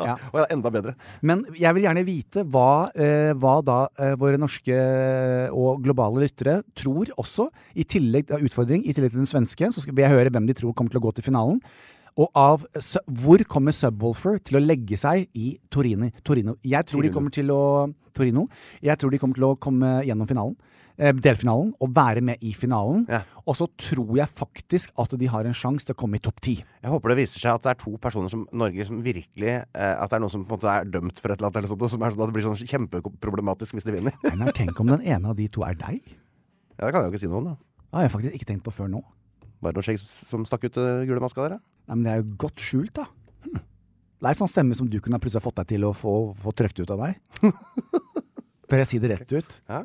[SPEAKER 4] Ja.
[SPEAKER 2] Og ja, enda bedre.
[SPEAKER 4] Men jeg vil gjerne vite hva, eh, hva da eh, våre norske eh, og globale lyttere tror også, i tillegg til utfordring, i tillegg til den svenske, så skal, vil jeg høre hvem de tror kommer til å gå til finalen. Og av Su- hvor kommer Subwoolfer til å legge seg i Torino? Torino. Jeg tror de kommer til å Torino. Jeg tror de kommer til å komme gjennom finalen. eh, Delfinalen, og være med i finalen.
[SPEAKER 2] Ja.
[SPEAKER 4] Og så tror jeg faktisk at de har en sjanse til å komme i topp ti.
[SPEAKER 2] Jeg håper det viser seg at det er to personer som Norge som virkelig eh, At det er noen som på en måte er dømt for et eller annet, eller sånt, og som er sånn at det blir sånn kjempeproblematisk hvis de [laughs] vinner. ja,
[SPEAKER 4] Einar, tenk om den ene av de to er deg?
[SPEAKER 2] det kan jeg jo ikke si noe om, da.
[SPEAKER 4] Det har jeg faktisk ikke tenkt på før nå.
[SPEAKER 2] Var det noe skjegg som- som stakk ut eh, gule maska der, da?
[SPEAKER 4] Nei, men det er jo godt skjult, da. Det er en sånn stemme som du kunne ha plutselig fått deg til å få, få trøkt ut av deg. [laughs] Bør jeg si det rett ut?
[SPEAKER 2] Ja.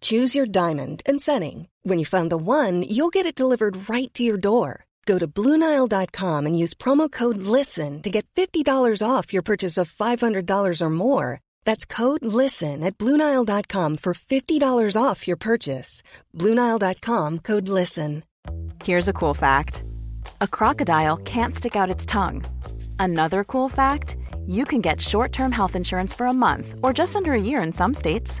[SPEAKER 5] Choose your diamond and setting. When you find the one, you'll get it delivered right to your door. Go to Bluenile.com and use promo code LISTEN to get $50 off your purchase of $500 or more. That's code LISTEN at Bluenile.com for $50 off your purchase. Bluenile.com code LISTEN.
[SPEAKER 6] Here's a cool fact a crocodile can't stick out its tongue. Another cool fact you can get short term health insurance for a month or just under a year in some states.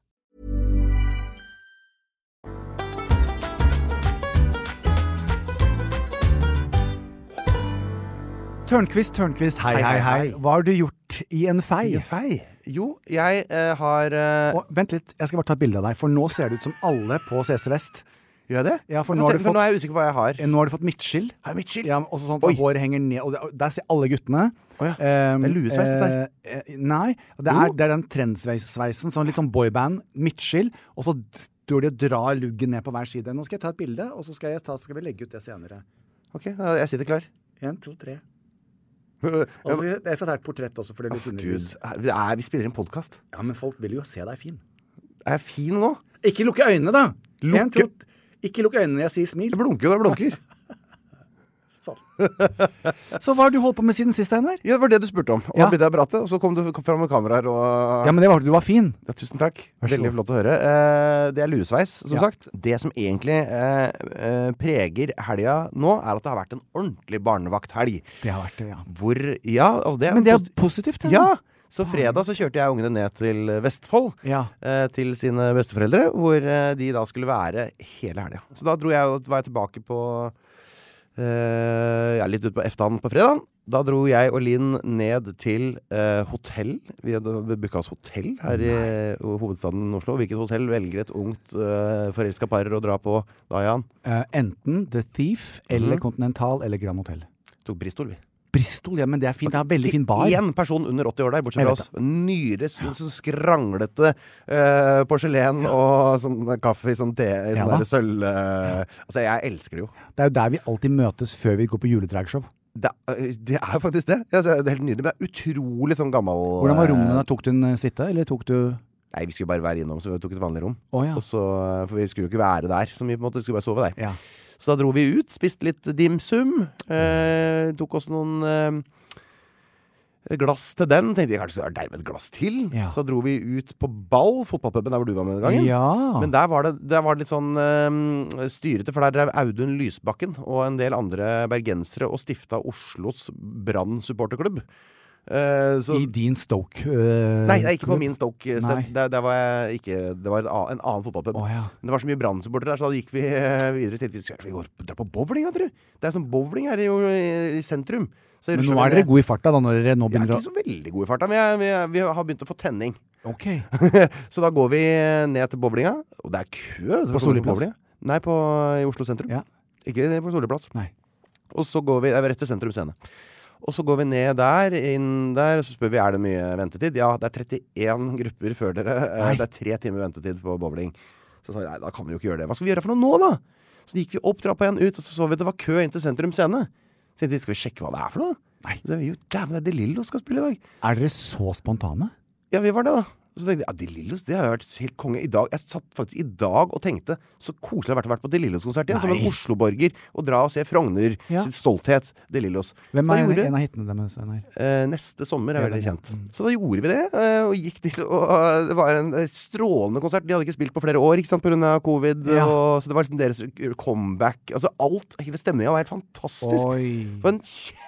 [SPEAKER 4] Tørnquist, Tørnquist, hei, hei, hei. Hva har du gjort i en fei?
[SPEAKER 2] Fei. Jo, jeg eh, har eh,
[SPEAKER 4] Å, vent litt, jeg skal bare ta et bilde av deg, for nå ser du ut som alle på CC Vest.
[SPEAKER 2] Gjør jeg det?
[SPEAKER 4] Ja, for
[SPEAKER 2] Jeg får
[SPEAKER 4] nå har
[SPEAKER 2] se-
[SPEAKER 4] du
[SPEAKER 2] for
[SPEAKER 4] fått-
[SPEAKER 2] nå er jeg usikker på hva jeg har.
[SPEAKER 4] Eh, Nå har du fått midtskill.
[SPEAKER 2] Har jeg midtskill?
[SPEAKER 4] Ja, også sånn
[SPEAKER 2] Oi.
[SPEAKER 4] at håret henger ned. Og det- og der ser alle guttene.
[SPEAKER 2] Å ja.
[SPEAKER 4] Ehm,
[SPEAKER 2] Det er luesveis, dette
[SPEAKER 4] eh, eh, Nei. Det er, det er den trendsveisen. Sånn litt sånn boyband, midtskill, og så står de og drar luggen ned på hver side. Nå skal jeg ta et bilde, og så skal, jeg ta, skal vi legge ut det senere.
[SPEAKER 2] Ok, da- jeg sitter klar.
[SPEAKER 4] En, to, tre. Og
[SPEAKER 2] Å,
[SPEAKER 4] så, jeg skal ta et portrett også, for det blir finere.
[SPEAKER 2] Gud.
[SPEAKER 4] lys.
[SPEAKER 2] Er- Vi, er, vi spiller en podkast.
[SPEAKER 4] Ja, men folk vil jo se deg fin.
[SPEAKER 2] Er jeg fin nå?
[SPEAKER 4] Ikke lukke øynene, da!
[SPEAKER 2] Lukke-
[SPEAKER 4] En, to, ikke lukk øynene når jeg sier smil. [laughs]
[SPEAKER 2] Jeg blunker jo da jeg blunker.
[SPEAKER 4] Så hva har du holdt på med siden sist, Einar?
[SPEAKER 2] [laughs] Ja, det var det du spurte om. Og
[SPEAKER 4] Ja.
[SPEAKER 2] da begynte jeg å prate, og så kom du kom fram med kameraer og
[SPEAKER 4] Ja, men det var, du var fin.
[SPEAKER 2] Ja, tusen takk.
[SPEAKER 4] så god.
[SPEAKER 2] Veldig flott å høre. Eh, det er luesveis, som
[SPEAKER 4] Ja.
[SPEAKER 2] sagt. Det som egentlig eh, eh, preger helga nå, er at det har vært en ordentlig barnevakthelg.
[SPEAKER 4] Det har vært det, ja.
[SPEAKER 2] Hvor Ja, altså det er
[SPEAKER 4] Men det er
[SPEAKER 2] posi-
[SPEAKER 4] positivt, det.
[SPEAKER 2] Ja! Så fredag så kjørte jeg ungene ned til Vestfold.
[SPEAKER 4] Ja.
[SPEAKER 2] eh, Til sine besteforeldre, hvor eh, de da skulle være hele helga. Så da dro jeg, var jeg tilbake på eh, ja, Litt utpå eftan på fredagen. Da dro jeg og Linn ned til eh, hotell. Vi hadde booka oss hotell her i eh, hovedstaden Oslo. Hvilket hotell velger et ungt uh, forelska par å dra på da, Jan?
[SPEAKER 4] Eh, enten The Thief eller
[SPEAKER 2] Mhm.
[SPEAKER 4] Continental eller Grand Hotel.
[SPEAKER 2] Tok Bristol, vi.
[SPEAKER 4] Bristol, ja, men det er fint. Det er veldig fin bar.
[SPEAKER 2] Én person under 80 år der, bortsett
[SPEAKER 4] Jeg
[SPEAKER 2] fra
[SPEAKER 4] vet
[SPEAKER 2] oss. Nyre, s- så skranglete eh, porselen og sånn kaffe i sånn te i
[SPEAKER 4] Ja
[SPEAKER 2] sånn
[SPEAKER 4] da.
[SPEAKER 2] der sølv... eh, altså, jeg elsker det jo.
[SPEAKER 4] Det er jo der vi alltid møtes før vi går på juledragshow.
[SPEAKER 2] Det, er- det er faktisk det. Altså, det er helt nydelig. Men det er utrolig sånn gammel
[SPEAKER 4] Hvordan var rommene da?
[SPEAKER 2] eh,
[SPEAKER 4] Tok du en eh, suite, eller tok du
[SPEAKER 2] Nei, vi skulle bare være innom, så vi tok et vanlig rom.
[SPEAKER 4] Å ja.
[SPEAKER 2] Og så, eh, for vi skulle jo ikke være der, så vi på en måte skulle bare sove der.
[SPEAKER 4] ja.
[SPEAKER 2] Så da dro vi ut, spiste litt dim sum. Eh, tok oss noen eh, glass til den. Tenkte jeg kanskje det er deilig med et glass til.
[SPEAKER 4] Ja.
[SPEAKER 2] Så dro vi ut på ball, fotballpuben der hvor du var med den gangen.
[SPEAKER 4] Ja.
[SPEAKER 2] Men der var, det, der var det litt sånn eh, styrete, for der drev Audun Lysbakken og en del andre bergensere og stifta Oslos Brann supporterklubb. Eh, så,
[SPEAKER 4] I din Stoke eh,
[SPEAKER 2] nei, nei, ikke på
[SPEAKER 4] klubb?
[SPEAKER 2] min stokk. eh,
[SPEAKER 4] Nei.
[SPEAKER 2] sted. Der, der var jeg ikke Det var en annen, en annen fotballpub.
[SPEAKER 4] Å ja.
[SPEAKER 2] Men det var så mye brannsupportere der, så da gikk vi eh, videre til Skal vi gå og dra på bowling, da, tru? Det er sånn bowling her i, i- i sentrum. Så
[SPEAKER 4] Men nå er dere gode i farta, da, når dere
[SPEAKER 2] Jeg
[SPEAKER 4] nå
[SPEAKER 2] er
[SPEAKER 4] begynner
[SPEAKER 2] ikke så veldig god i farta, men jeg, vi, vi har begynt å få tenning. [laughs]
[SPEAKER 4] å Ok.
[SPEAKER 2] så da går vi eh, ned til bowlinga, og det er kø. for å komme
[SPEAKER 4] Solli plass?
[SPEAKER 2] bowlinga. Nei, på, i Oslo sentrum.
[SPEAKER 4] Ja.
[SPEAKER 2] Ikke på Solli plass.
[SPEAKER 4] Nei.
[SPEAKER 2] Og så går vi, det er rett ved sentrum scene. Og så går vi ned der, inn der, og så spør vi er det mye ventetid. Ja, det er 31 grupper før dere. Eh,
[SPEAKER 4] Nei.
[SPEAKER 2] Det er tre timer ventetid på bowling. Så sa vi nei, da kan vi jo ikke gjøre det. Hva skal vi gjøre for noe nå, da? Så gikk vi opp trappa igjen ut, og så så vi at det var kø inn til sentrum scene. Så tenkte vi, skal vi sjekke hva det er for noe?
[SPEAKER 4] Nei.
[SPEAKER 2] Så vi, jo, dæven, det er De Lillo skal spille i dag.
[SPEAKER 4] Er dere så spontane?
[SPEAKER 2] Ja, vi var det, da. Så tenkte jeg, ja, De Lillos, det har jo vært helt konge. I dag, jeg satt faktisk i dag og tenkte, så koselig det har vært å være på De Lillos-konsert igjen, som
[SPEAKER 4] Nei.
[SPEAKER 2] en Oslo-borger, og dra og se Frogner,
[SPEAKER 4] Ja.
[SPEAKER 2] sin stolthet, De Lillos. Så
[SPEAKER 4] Hvem
[SPEAKER 2] da
[SPEAKER 4] er
[SPEAKER 2] gjorde-
[SPEAKER 4] en av hitene deres? Einar?
[SPEAKER 2] Eh, neste sommer er
[SPEAKER 4] Ja,
[SPEAKER 2] veldig
[SPEAKER 4] den, ja.
[SPEAKER 2] kjent. Så da gjorde vi det, eh, og gikk dit. Og eh, det var en eh, strålende konsert. De hadde ikke spilt på flere år ikke sant, pga. covid.
[SPEAKER 4] Ja.
[SPEAKER 2] Og, så det var liksom deres comeback. Altså alt, Hele stemninga var helt fantastisk.
[SPEAKER 4] Oi.
[SPEAKER 2] Det var en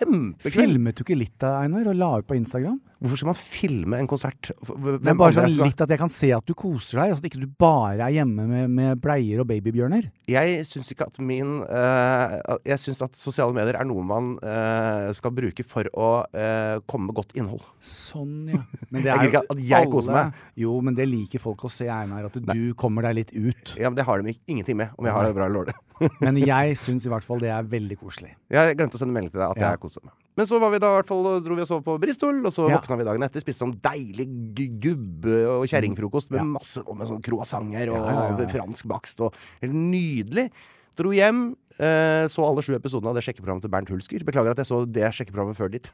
[SPEAKER 2] kjempekveld.
[SPEAKER 4] Filmet du ikke litt av Einar, og la ut på Instagram?
[SPEAKER 2] Hvorfor skal man filme en konsert? Hvem
[SPEAKER 4] Men bare
[SPEAKER 2] andre
[SPEAKER 4] sånn
[SPEAKER 2] skal-
[SPEAKER 4] litt at jeg kan se at du koser deg, altså at ikke du bare er hjemme med, med bleier og babybjørner.
[SPEAKER 2] Jeg syns ikke at min eh, Jeg syns at sosiale medier er noe man eh, skal bruke for å eh, komme med godt innhold.
[SPEAKER 4] Sånn, ja. Men det
[SPEAKER 2] Jeg
[SPEAKER 4] er
[SPEAKER 2] liker
[SPEAKER 4] jo
[SPEAKER 2] at jeg koser
[SPEAKER 4] alle-
[SPEAKER 2] meg.
[SPEAKER 4] Jo, men det liker folk å se, Einar, at du kommer deg litt ut.
[SPEAKER 2] Ja, men Det har de ikke- ingenting med om jeg har det bra eller dårlig. [laughs]
[SPEAKER 4] [laughs] Men jeg syns i hvert fall det er veldig koselig.
[SPEAKER 2] Jeg glemte å sende melding til deg at
[SPEAKER 4] Ja.
[SPEAKER 2] jeg koser meg. Men så var vi da i hvert fall, og dro vi og sov på Bristol, og så
[SPEAKER 4] Ja.
[SPEAKER 2] våkna vi dagen etter. Spiste sånn deilig g- gubbe- og kjerringfrokost med masse og med sånn croissanter og fransk bakst og helt nydelig. Dro hjem, Eh, så alle sju episodene av det sjekkeprogrammet til Bernt Hulsker. Beklager at jeg så det sjekkeprogrammet før ditt.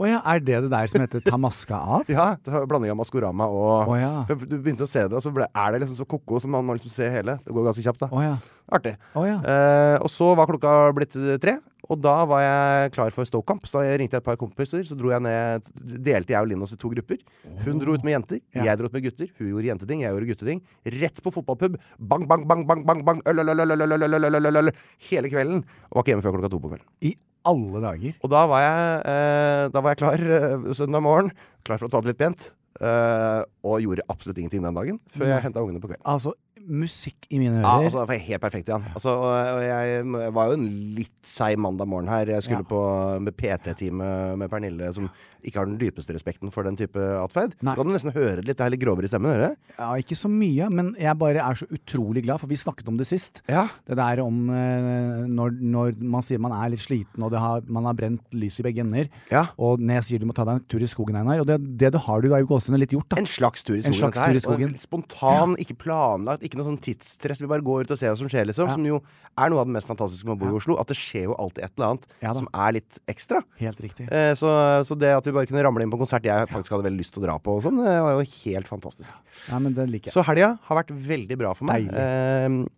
[SPEAKER 4] Å ja, er det det der som heter Ta maska av?
[SPEAKER 2] Ja, det var en Blanding av Maskorama og
[SPEAKER 4] Å ja.
[SPEAKER 2] For Du begynte å se det, og så ble, er det liksom så ko-ko som man må liksom se hele. Det går ganske kjapt, da.
[SPEAKER 4] Å ja.
[SPEAKER 2] Artig.
[SPEAKER 4] Å ja.
[SPEAKER 2] Eh, og så var klokka blitt eh, tre, og da var jeg klar for Stoke-kamp. Så da ringte jeg et par kompiser, så dro jeg ned Delte jeg og Linn oss i to grupper. Hun dro ut med jenter, jeg dro ut med gutter. Hun gjorde jenteting, jeg gjorde gutteting. Rett på fotballpub. Bang, bang, bang, bang, bang, bang. Øl, øl, øl, øl, øl, øl, øl, øl, øl, øl, øl. Hele kvelden. Og var ikke hjemme før klokka to på kvelden.
[SPEAKER 4] I alle dager.
[SPEAKER 2] Og da var jeg, eh, da var jeg klar eh, søndag morgen, klar for å ta det litt pent. eh, og gjorde absolutt ingenting den dagen, før jeg henta ungene på kvelden.
[SPEAKER 4] Altså, musikk i mine
[SPEAKER 2] Ja,
[SPEAKER 4] ører.
[SPEAKER 2] altså, det var helt perfekt igjen. Altså, og jeg jeg var jo en litt seig mandag morgen her. Jeg skulle
[SPEAKER 4] Ja.
[SPEAKER 2] på med PT-time med Pernille, som ikke har den dypeste respekten for den type atferd. Du
[SPEAKER 4] Nei.
[SPEAKER 2] kan nesten høre det litt, det er litt grovere i stemmen, hører du?
[SPEAKER 4] Ja, ikke så mye, men jeg bare er så utrolig glad, for vi snakket om det sist.
[SPEAKER 2] Ja.
[SPEAKER 4] Det der om eh, når, når man sier man er litt sliten, og det har, man har brent lys i begge ender.
[SPEAKER 2] Ja.
[SPEAKER 4] Og når jeg sier du må ta deg en tur i skogen, Einar, og det, det du har du da i gåsene litt gjort, da.
[SPEAKER 2] En slags tur i skogen.
[SPEAKER 4] En slags
[SPEAKER 2] dette her,
[SPEAKER 4] tur i skogen.
[SPEAKER 2] og en Spontan, ikke planlagt, ikke noe sånn tidsstress. Vi bare går ut og ser hva som skjer, liksom. Som jo er noe av det mest fantastiske med å bo i Oslo. At det skjer jo alltid et eller annet
[SPEAKER 4] Ja da.
[SPEAKER 2] som er litt ekstra.
[SPEAKER 4] Helt riktig.
[SPEAKER 2] Eh, Så, så det at vi bare kunne ramle inn på en konsert jeg faktisk hadde veldig lyst til å dra på, og sånn, det var jo helt fantastisk.
[SPEAKER 4] Nei, men det liker jeg.
[SPEAKER 2] Så helga har vært veldig bra for meg.
[SPEAKER 4] Deilig.
[SPEAKER 2] Eh,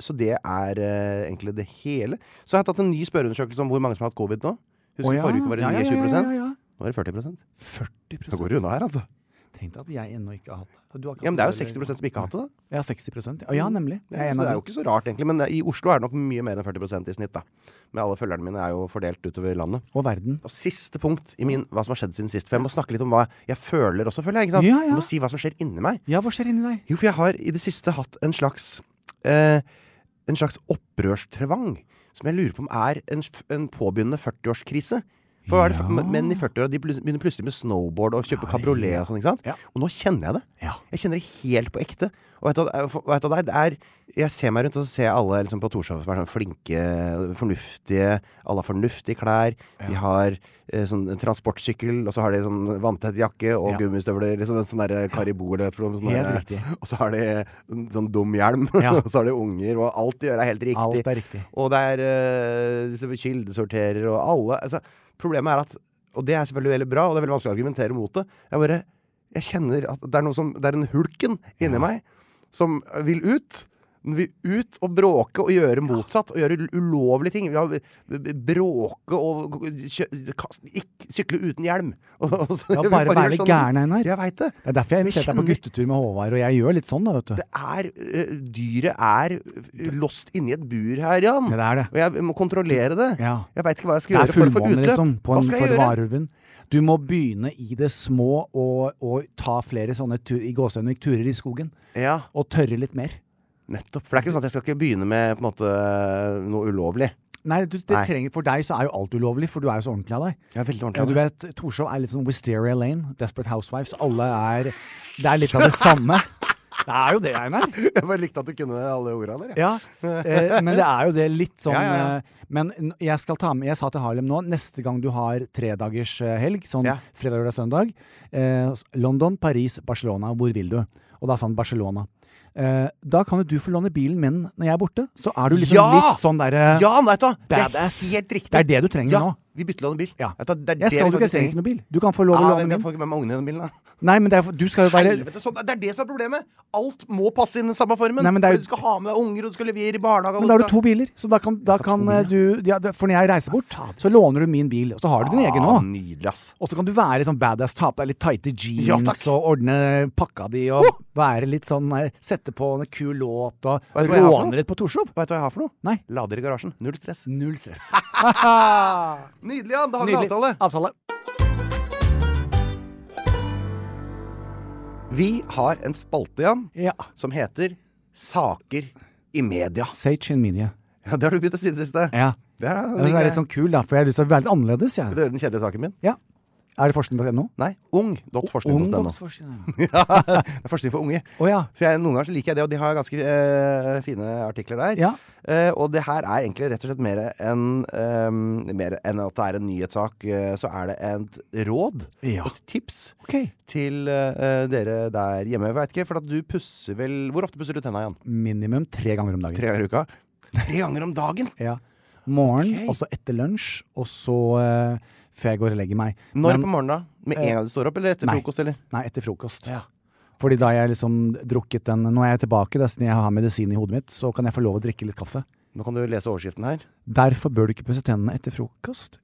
[SPEAKER 2] så det er eh, egentlig det hele. Så har jeg tatt en ny spørreundersøkelse om hvor mange som har hatt covid nå. Husker
[SPEAKER 4] Å, ja.
[SPEAKER 2] forrige uke var det
[SPEAKER 4] Ja, ja,
[SPEAKER 2] 29
[SPEAKER 4] ja, ja, ja.
[SPEAKER 2] Nå er det 40 Det
[SPEAKER 4] 40
[SPEAKER 2] går unna her, altså.
[SPEAKER 4] Tenk deg at jeg ennå ikke har hatt det. Du har ikke
[SPEAKER 2] Ja, men det er
[SPEAKER 4] hatt
[SPEAKER 2] jo 60 som ikke har hatt det, da.
[SPEAKER 4] eller? Ja, 60 Å, Ja, nemlig. Jeg
[SPEAKER 2] så
[SPEAKER 4] er en
[SPEAKER 2] det
[SPEAKER 4] av
[SPEAKER 2] er jo
[SPEAKER 4] de.
[SPEAKER 2] ikke så rart, egentlig. Men i Oslo er det nok mye mer enn 40 i snitt, da. Men alle følgerne mine er jo fordelt utover landet.
[SPEAKER 4] Og verden.
[SPEAKER 2] Og siste punkt i min hva som har skjedd siden sist. For jeg må snakke litt om hva jeg føler også, føler jeg. ikke sant?
[SPEAKER 4] Ja, ja.
[SPEAKER 2] Jeg må si hva som skjer inni meg.
[SPEAKER 4] Ja, hva skjer inni deg?
[SPEAKER 2] Jo, for jeg har i det siste hatt en slags eh, En slags opprørstrevang. Som jeg lurer på om er en, f- en påbegynnende 40-årskrise. For hva er det for,
[SPEAKER 4] Ja.
[SPEAKER 2] Menn i 40-åra de plut- begynner plutselig med snowboard og kjøpe kabriolet og sånn. ikke sant?
[SPEAKER 4] Ja.
[SPEAKER 2] Og nå kjenner jeg det.
[SPEAKER 4] Ja.
[SPEAKER 2] Jeg kjenner det helt på ekte. Og vet du, hva- for- vet du hva det er? Det er jeg ser meg rundt og så ser jeg alle liksom, på Torshov som er sånn flinke, fornuftige. Alle har fornuftige klær. De har eh, sånn transportsykkel, og så har de sånn vanntett jakke og
[SPEAKER 4] Ja.
[SPEAKER 2] gummistøvler. Liksom, en sånn derre Karibo eller et eller annet. sånn
[SPEAKER 4] Helt
[SPEAKER 2] derre-
[SPEAKER 4] riktig.
[SPEAKER 2] og så har de en sånn dum hjelm,
[SPEAKER 4] Ja.
[SPEAKER 2] [laughs] og så har de unger, og alt de gjør er helt riktig.
[SPEAKER 4] Alt er riktig.
[SPEAKER 2] Og det er eh, disse kildesorterer og alle altså, Problemet er at Og det er selvfølgelig veldig bra, og det er veldig vanskelig å argumentere mot det. Jeg bare Jeg kjenner at det er noe som Det er en hulken inni meg som vil ut. Den vil ut og bråke og gjøre motsatt, og gjøre ul- ulovlige ting. Vi har b- b- bråke og kjø, kast, ikk, sykle uten hjelm. [laughs] Og, og så,
[SPEAKER 4] Ja,
[SPEAKER 2] jeg vil
[SPEAKER 4] bare være
[SPEAKER 2] gjøre
[SPEAKER 4] gæren, Einar.
[SPEAKER 2] Jeg veit det.
[SPEAKER 4] Det er derfor jeg
[SPEAKER 2] Men
[SPEAKER 4] inviterte deg på
[SPEAKER 2] kjenner-
[SPEAKER 4] guttetur med Håvard, og jeg gjør litt sånn, da, vet du.
[SPEAKER 2] det er eh, Dyret er eh, lost inni et bur her, Jan.
[SPEAKER 4] Ja, det er det.
[SPEAKER 2] Og jeg må kontrollere det.
[SPEAKER 4] Ja.
[SPEAKER 2] Jeg veit ikke hva jeg skal
[SPEAKER 4] Det er
[SPEAKER 2] gjøre for å få
[SPEAKER 4] fullmåne,
[SPEAKER 2] utløp.
[SPEAKER 4] liksom, på
[SPEAKER 2] hva
[SPEAKER 4] en,
[SPEAKER 2] skal jeg
[SPEAKER 4] for
[SPEAKER 2] gjøre?
[SPEAKER 4] varulven. Du må begynne i det små og, og ta flere sånne tur, i gåseøyne turer i skogen.
[SPEAKER 2] Ja,
[SPEAKER 4] Og tørre litt mer.
[SPEAKER 2] nettopp. For det er ikke sånn at jeg skal ikke begynne med på en måte, noe ulovlig.
[SPEAKER 4] Nei, du, det
[SPEAKER 2] Nei.
[SPEAKER 4] Trenger, for deg så er jo alt ulovlig, for du er jo så ordentlig av deg.
[SPEAKER 2] Jeg er veldig
[SPEAKER 4] Ja, du
[SPEAKER 2] ordentlig.
[SPEAKER 4] vet, Torshov er litt sånn Wisteria Lane, Desperate Housewives. Alle er Det er litt av det samme.
[SPEAKER 2] [laughs]
[SPEAKER 4] Det er jo det, Einar.
[SPEAKER 2] [laughs] Jeg bare likte at du kunne alle orda der. jeg.
[SPEAKER 4] Ja, eh, men det er jo det litt sånn
[SPEAKER 2] Ja, ja, ja.
[SPEAKER 4] eh, Men n- jeg skal ta med Jeg sa til Harlem nå, neste gang du har tredagers eh, helg, sånn
[SPEAKER 2] Ja.
[SPEAKER 4] fredag og søndag eh, s- London, Paris, Barcelona, hvor vil du? Og da sa han Barcelona. Eh, da kan jo du få låne bilen min når jeg er borte. Så er du liksom
[SPEAKER 2] Ja!
[SPEAKER 4] litt sånn derre
[SPEAKER 2] Ja, nei, da. Det er
[SPEAKER 4] Badass.
[SPEAKER 2] helt riktig.
[SPEAKER 4] Det er det du trenger
[SPEAKER 2] ja,
[SPEAKER 4] nå.
[SPEAKER 2] Vi bytter låne bil.
[SPEAKER 4] Ja.
[SPEAKER 2] Vet du, det er
[SPEAKER 4] Jeg
[SPEAKER 2] det
[SPEAKER 4] skal
[SPEAKER 2] vi
[SPEAKER 4] jo ikke
[SPEAKER 2] faktisk
[SPEAKER 4] jeg trenger ikke noe bil. Du kan få lov å
[SPEAKER 2] Ja,
[SPEAKER 4] låne
[SPEAKER 2] men jeg
[SPEAKER 4] min.
[SPEAKER 2] får ikke med meg ungene i den bilen, da.
[SPEAKER 4] Nei, men det er, du skal jo være
[SPEAKER 2] Helvete, sånn, det er det som er problemet! Alt må passe inn i den samme formen.
[SPEAKER 4] Nei, men det er jo-
[SPEAKER 2] For Du skal ha med deg unger, og du skal levere i barnehage og
[SPEAKER 4] Men da har du
[SPEAKER 2] skal-
[SPEAKER 4] to biler, så da kan, da kan eh, du ja, det- For når jeg reiser bort, så låner du min bil, og så har du din egen
[SPEAKER 2] ah,
[SPEAKER 4] òg.
[SPEAKER 2] Nydelig, ass.
[SPEAKER 4] Og så kan du være litt sånn badass, ta på deg litt tighte jeans
[SPEAKER 2] Ja, takk.
[SPEAKER 4] og ordne pakka di og være litt sånn eh, Sette på en kul låt og
[SPEAKER 2] Vet du hva jeg har for noe?
[SPEAKER 4] råne litt på Torshov.
[SPEAKER 2] Vet du hva jeg har for noe?
[SPEAKER 4] Nei.
[SPEAKER 2] Lader i garasjen. Null stress.
[SPEAKER 4] Null stress.
[SPEAKER 2] [laughs] Ah! Nydelig, Jan. Da har vi
[SPEAKER 4] Nydelig.
[SPEAKER 2] en avtale.
[SPEAKER 4] Avtale.
[SPEAKER 2] Vi har en spalte, Jan,
[SPEAKER 4] Ja.
[SPEAKER 2] som heter Saker i media.
[SPEAKER 4] Sage in media.
[SPEAKER 2] Ja, det har du begynt å si i det siste.
[SPEAKER 4] Ja.
[SPEAKER 2] Det er,
[SPEAKER 4] Jeg vil være litt sånn kul, da, for jeg har lyst til å være litt annerledes, jeg.
[SPEAKER 2] det er den kjedelige saken min.
[SPEAKER 4] Ja. Er det forskning.no?
[SPEAKER 2] Nei. Ung.forskning.no.
[SPEAKER 4] Ungdomsforskning.
[SPEAKER 2] [laughs] Ja, det er forskning for unge.
[SPEAKER 4] Å ja.
[SPEAKER 2] Så jeg, noen ganger så liker jeg det, og de har ganske eh, fine artikler der.
[SPEAKER 4] Ja.
[SPEAKER 2] Eh, og det her er egentlig rett og slett mer enn eh, mer enn at det er en nyhetssak, eh, så er det et råd,
[SPEAKER 4] Ja.
[SPEAKER 2] et tips,
[SPEAKER 4] Ok.
[SPEAKER 2] til eh, dere der hjemme. Jeg vet ikke, for at du pusser vel Hvor ofte pusser du tenna igjen?
[SPEAKER 4] Minimum tre ganger om dagen.
[SPEAKER 2] Tre ganger i uka? Tre ganger om dagen!
[SPEAKER 4] Ja. Morgen,
[SPEAKER 2] Ok.
[SPEAKER 4] og så etter lunsj, og så eh, før jeg går og legger meg.
[SPEAKER 2] Når
[SPEAKER 4] Men- Eh,
[SPEAKER 2] på morgenen, da? Med en gang du står opp, eller etter
[SPEAKER 4] Nei.
[SPEAKER 2] frokost, eller?
[SPEAKER 4] Nei, etter frokost. Fordi da jeg liksom drukket den Nå er jeg tilbake, da, siden jeg har medisin i hodet mitt, så kan jeg få lov å drikke litt kaffe.
[SPEAKER 2] Nå kan du lese overskriften her.
[SPEAKER 4] Derfor bør du ikke pusse tennene etter frokost.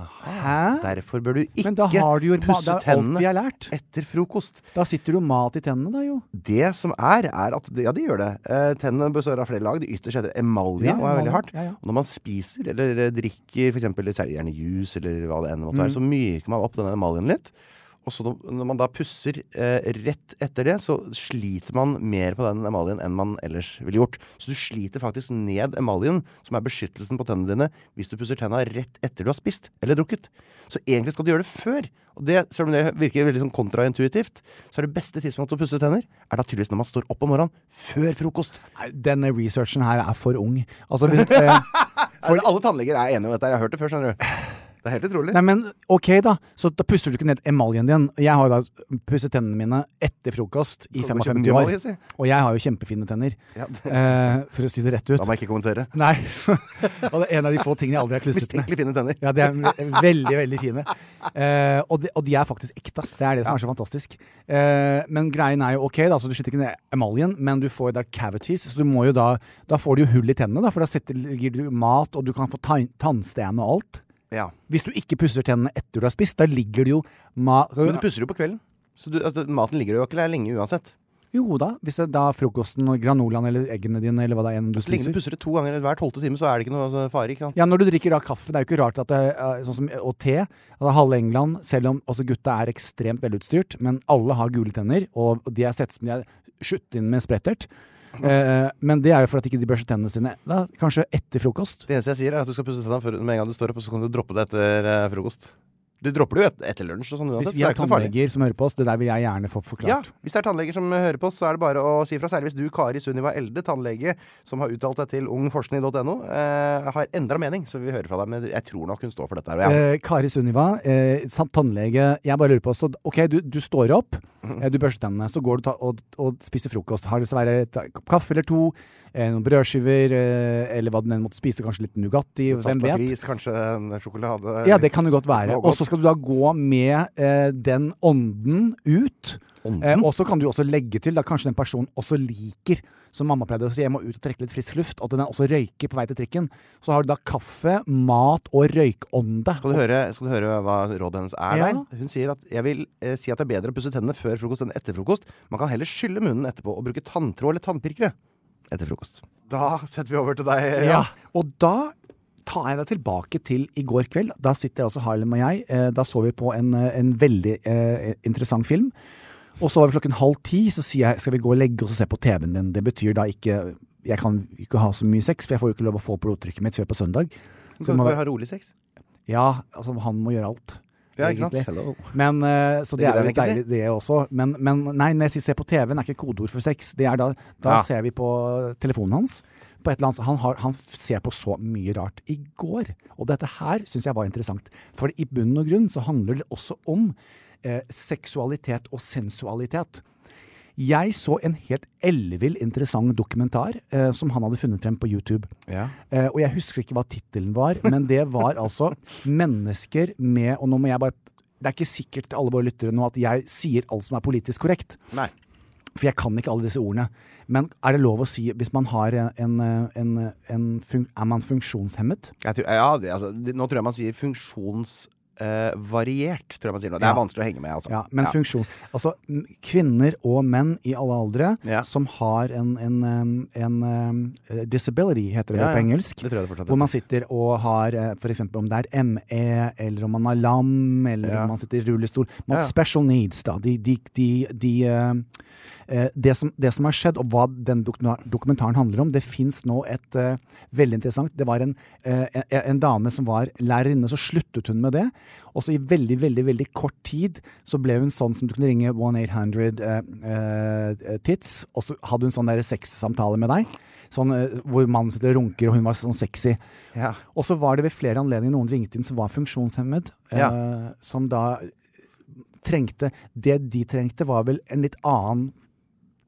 [SPEAKER 4] Hæ?
[SPEAKER 2] Derfor bør du ikke
[SPEAKER 4] Men da har du jo
[SPEAKER 2] pusse
[SPEAKER 4] pusse
[SPEAKER 2] tennene
[SPEAKER 4] Alt vi har lært.
[SPEAKER 2] etter frokost.
[SPEAKER 4] Da sitter du mat i tennene, da jo.
[SPEAKER 2] Det som er, er at det- Ja, det gjør det. Eh, Tennene består av flere lag. Det ytterst heter emalje
[SPEAKER 4] Ja,
[SPEAKER 2] og er veldig
[SPEAKER 4] emalje.
[SPEAKER 2] hardt.
[SPEAKER 4] Ja, ja.
[SPEAKER 2] Og når man spiser eller drikker f.eks. gjerne juice eller hva det enn
[SPEAKER 4] Mm.
[SPEAKER 2] måtte være, så myker man opp denne emaljen litt. Og så når- når man da pusser eh, rett etter det, så sliter man mer på den emaljen enn man ellers ville gjort. Så du sliter faktisk ned emaljen, som er beskyttelsen på tennene dine, hvis du pusser tenna rett etter du har spist eller drukket. Så egentlig skal du gjøre det før. Og det, selv om det virker veldig sånn kontraintuitivt, så er det beste tidspunktet å pusse tenner, er da tydeligvis når man står opp om morgenen før frokost.
[SPEAKER 4] Nei, Denne researchen her er for ung. Altså, hvis, eh,
[SPEAKER 2] For alle tannleger er enige om dette. her. Jeg har hørt det før, skjønner du. Det er helt utrolig.
[SPEAKER 4] Nei, men ok, da. Så da pusser du ikke ned emaljen din. Jeg har jo da pusset tennene mine etter frokost i
[SPEAKER 2] Kan du kjøpe
[SPEAKER 4] 55
[SPEAKER 2] ny
[SPEAKER 4] år.
[SPEAKER 2] emalje, si?
[SPEAKER 4] Og jeg har jo kjempefine tenner. eh, for å si det rett ut.
[SPEAKER 2] Da må jeg ikke kommentere.
[SPEAKER 4] Nei. [laughs] og det er en av de få tingene jeg aldri har klusset med.
[SPEAKER 2] Mistenkelig fine tenner.
[SPEAKER 4] Ja, de er veldig, veldig fine. Eh, og, de, og de er faktisk ekte. Det er det som er så fantastisk. Eh, men greien er jo ok, da, så du sliter ikke ned emaljen, men du får jo da cavities. Så du må jo da Da får du jo hull i tennene, da, for da setter, gir du mat, og du kan få tann- tannsten og alt.
[SPEAKER 2] Ja.
[SPEAKER 4] Hvis du ikke pusser tennene etter du har spist, da ligger det jo ma...
[SPEAKER 2] Men du pusser jo på kvelden. Så du, altså, maten ligger jo ikke der lenge uansett.
[SPEAKER 4] Jo da, hvis det er da frokosten og granolaen eller eggene dine eller hva det er enn du
[SPEAKER 2] Så lenge du
[SPEAKER 4] spiser.
[SPEAKER 2] pusser det to ganger hver tolvte time, så er det ikke noe altså, fare. ikke sant?
[SPEAKER 4] Ja, når du drikker da kaffe, det er jo ikke rart at det er sånn som og te, at halve England, selv om også gutta er ekstremt velutstyrt, men alle har gule tenner, og de er sett som de er skutt inn med sprettert. Eh, men det er jo fordi at ikke de børster tennene sine. Da, kanskje etter frokost.
[SPEAKER 2] Det eneste jeg sier, er at du skal pusse tennene før- med en gang du står opp, og så kan du droppe det etter eh, frokost. Du dropper det jo et, etter lunsj og sånn uansett.
[SPEAKER 4] Hvis
[SPEAKER 2] så
[SPEAKER 4] vi
[SPEAKER 2] det er
[SPEAKER 4] har
[SPEAKER 2] ikke noe farlig.
[SPEAKER 4] tannleger som hører på oss, det der vil jeg gjerne få
[SPEAKER 2] Ja,
[SPEAKER 4] forklart.
[SPEAKER 2] hvis det er tannleger som hører på oss, så er det bare å si fra. Særlig hvis du, Kari Sunniva Elde, tannlege, som har uttalt deg til ungforskning.no, eh, har endra mening, så vi hører fra deg. Men jeg tror nok hun står for dette her. og jeg-
[SPEAKER 4] Eh, Kari Sunniva, eh, samt tannlege. Jeg bare lurer på så, Ok, du, du står opp, eh, du børster tennene, så går du ta, og, og spiser frokost. Har lyst til å være et kopp kaffe eller to, eh, noen brødskiver, eh, eller hva du enn måtte spise. Kanskje litt Nugatti, hvem
[SPEAKER 2] Salt og
[SPEAKER 4] vet?
[SPEAKER 2] gris, kanskje en sjokolade
[SPEAKER 4] Ja, det kan det godt være.
[SPEAKER 2] Smågodt.
[SPEAKER 4] Og så skal du da gå med eh, den ånden ut. Eh, og så kan du også legge til da kanskje den personen også liker, som mamma pleide å si, jeg må ut og trekke litt frisk luft, at den også røyker på vei til trikken. Så har du da kaffe, mat og røykånde.
[SPEAKER 2] Skal du, høre, skal du høre hva rådet hennes er
[SPEAKER 4] Ja.
[SPEAKER 2] der? Hun sier at jeg vil eh, si at det er bedre å pusse tennene før frokost enn etter frokost. Man kan heller skylle munnen etterpå og bruke tanntråd eller tannpirkere etter frokost. Da setter vi over til deg.
[SPEAKER 4] Ja. Og da tar jeg deg tilbake til i går kveld. Da sitter altså Harlem og jeg. Eh, da så vi på en, eh, en veldig eh, interessant film. Og så var det klokken halv ti, så sier jeg skal vi gå og legge oss og se på TV-en din. Det betyr da ikke Jeg kan ikke ha så mye sex, for jeg får jo ikke lov å få blodtrykket mitt før på søndag.
[SPEAKER 2] Så kan du
[SPEAKER 4] Så det må
[SPEAKER 2] bare
[SPEAKER 4] være,
[SPEAKER 2] ha rolig sex.
[SPEAKER 4] ja, altså han må gjøre alt.
[SPEAKER 2] Ja, ikke sant?
[SPEAKER 4] egentlig.
[SPEAKER 2] Hello.
[SPEAKER 4] Men, eh, så det,
[SPEAKER 2] Det
[SPEAKER 4] er
[SPEAKER 2] gidder
[SPEAKER 4] jo
[SPEAKER 2] jeg
[SPEAKER 4] litt
[SPEAKER 2] ikke
[SPEAKER 4] deilig, det også. Men, men nei, når jeg sier 'se på TV-en', er ikke kodeord for sex. Det er da da
[SPEAKER 2] Ja.
[SPEAKER 4] ser vi på telefonen hans. På et eller annet, han, har, han f- ser på så mye rart i går. Og dette her syns jeg var interessant. For i bunn og grunn så handler det også om eh, seksualitet og sensualitet. Jeg så en helt ellevill interessant dokumentar eh, som han hadde funnet frem på YouTube.
[SPEAKER 2] Ja.
[SPEAKER 4] Eh, og jeg husker ikke hva tittelen var, men det var altså mennesker med Og nå må jeg bare Det er ikke sikkert til alle våre lyttere nå at jeg sier alt som er politisk korrekt.
[SPEAKER 2] Nei.
[SPEAKER 4] For jeg kan ikke alle disse ordene. Men er det lov å si hvis man har en, en, en, en fun, Er man funksjonshemmet?
[SPEAKER 2] Jeg tror, ja, det, altså, det, nå tror jeg man sier funksjonsvariert, tror jeg man sier nå. Det er
[SPEAKER 4] Ja.
[SPEAKER 2] vanskelig å henge med, altså.
[SPEAKER 4] Ja, men funksjons... Altså m- kvinner og menn i alle aldre
[SPEAKER 2] Ja.
[SPEAKER 4] som har en, en, em, en em, eh, disability, heter det
[SPEAKER 2] Ja,
[SPEAKER 4] på
[SPEAKER 2] ja.
[SPEAKER 4] engelsk.
[SPEAKER 2] Det tror jeg det fortsatt
[SPEAKER 4] Hvor man
[SPEAKER 2] heter.
[SPEAKER 4] sitter og har f.eks. om det er ME, eller om man har lam, eller om man sitter i rullestol man,
[SPEAKER 2] Ja, ja.
[SPEAKER 4] Special needs, da. De, de, de, de eh, eh, det, som, det som har skjedd, og hva den dokumentar- dokumentaren handler om, det fins nå et eh, veldig interessant Det var en, eh, en, en dame som var lærerinne, så sluttet hun med det. Og så i veldig, veldig veldig kort tid så ble hun sånn som du kunne ringe 1-800-tits, eh, og så hadde hun sånn der sexsamtale med deg. Sånn eh, hvor mannen sitter og runker, og hun var sånn sexy.
[SPEAKER 2] Ja.
[SPEAKER 4] Og så var det ved flere anledninger noen ringte inn som var funksjonshemmet,
[SPEAKER 2] Ja.
[SPEAKER 4] eh, som da trengte Det de trengte, var vel en litt annen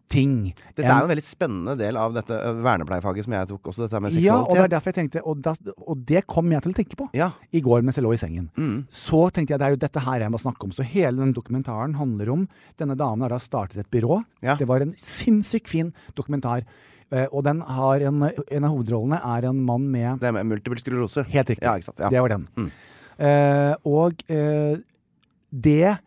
[SPEAKER 4] ting.
[SPEAKER 2] Dette er jo en veldig spennende del av dette ø, vernepleierfaget som jeg tok også, dette med
[SPEAKER 4] ja, og det er
[SPEAKER 2] seksualitet.
[SPEAKER 4] derfor jeg tenkte Og, da, og det kom jeg til å tenke på
[SPEAKER 2] Ja. Mm.
[SPEAKER 4] i går mens jeg lå i sengen. Så tenkte jeg det er jo dette her jeg må snakke om. Så hele den dokumentaren handler om Denne damen har da startet et byrå.
[SPEAKER 2] Ja.
[SPEAKER 4] Det var en sinnssykt fin dokumentar. Eh, og den har en, en av hovedrollene er en mann med
[SPEAKER 2] det med multiple sklerose.
[SPEAKER 4] Helt riktig.
[SPEAKER 2] Ja, ikke sant? Ja. Mm.
[SPEAKER 4] Det var den. Eh, og eh, det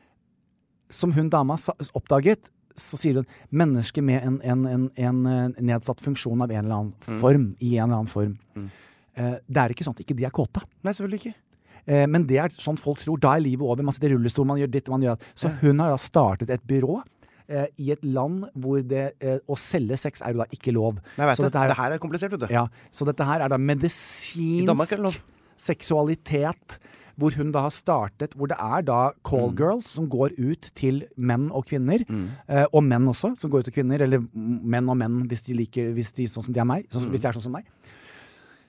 [SPEAKER 4] som hun dama sa, oppdaget, så sier hun mennesker med en, en, en, en eh, nedsatt funksjon av en eller
[SPEAKER 2] Mm.
[SPEAKER 4] annen form, i en eller annen form. Eh, det er ikke sånn at ikke de er kåte.
[SPEAKER 2] Nei, selvfølgelig ikke.
[SPEAKER 4] Eh, men det er sånn folk tror. Da er livet over. Man sitter i rullestol, man gjør ditt, man gjør det. Så hun har da startet et byrå. eh, I et land hvor det eh, å selge sex er jo da ikke lov.
[SPEAKER 2] Nei, jeg vet
[SPEAKER 4] Så
[SPEAKER 2] det.
[SPEAKER 4] dette er-
[SPEAKER 2] Det her er komplisert, vet du.
[SPEAKER 4] ja, så dette her er da
[SPEAKER 2] I Danmark er det lov.
[SPEAKER 4] medisinsk seksualitet, hvor hun da har startet Hvor det er da
[SPEAKER 2] Mm.
[SPEAKER 4] call girls som går ut til menn og kvinner, eh, og menn også, som går ut til kvinner, eller m- menn og menn hvis de liker hvis de, sånn som de er
[SPEAKER 2] Mm.
[SPEAKER 4] meg, sånn, som- hvis de er sånn som meg.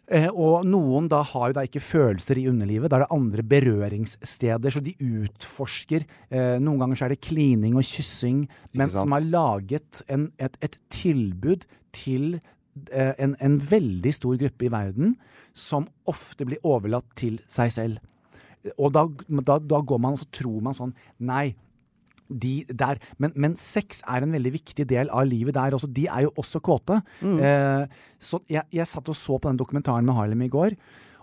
[SPEAKER 4] Eh, og noen da har jo da ikke følelser i underlivet, da er det andre berøringssteder, så de utforsker. Eh, noen ganger så er det klining og kyssing, men
[SPEAKER 2] sant?
[SPEAKER 4] som har laget en, et, et tilbud til eh, en, en veldig stor gruppe i verden som ofte blir overlatt til seg selv. Og da, da, da går man og så tror man sånn Nei, de der men, men sex er en veldig viktig del av livet der også. De er jo også kåte. Eh, så jeg, jeg satt og så på den dokumentaren med Harlem i går.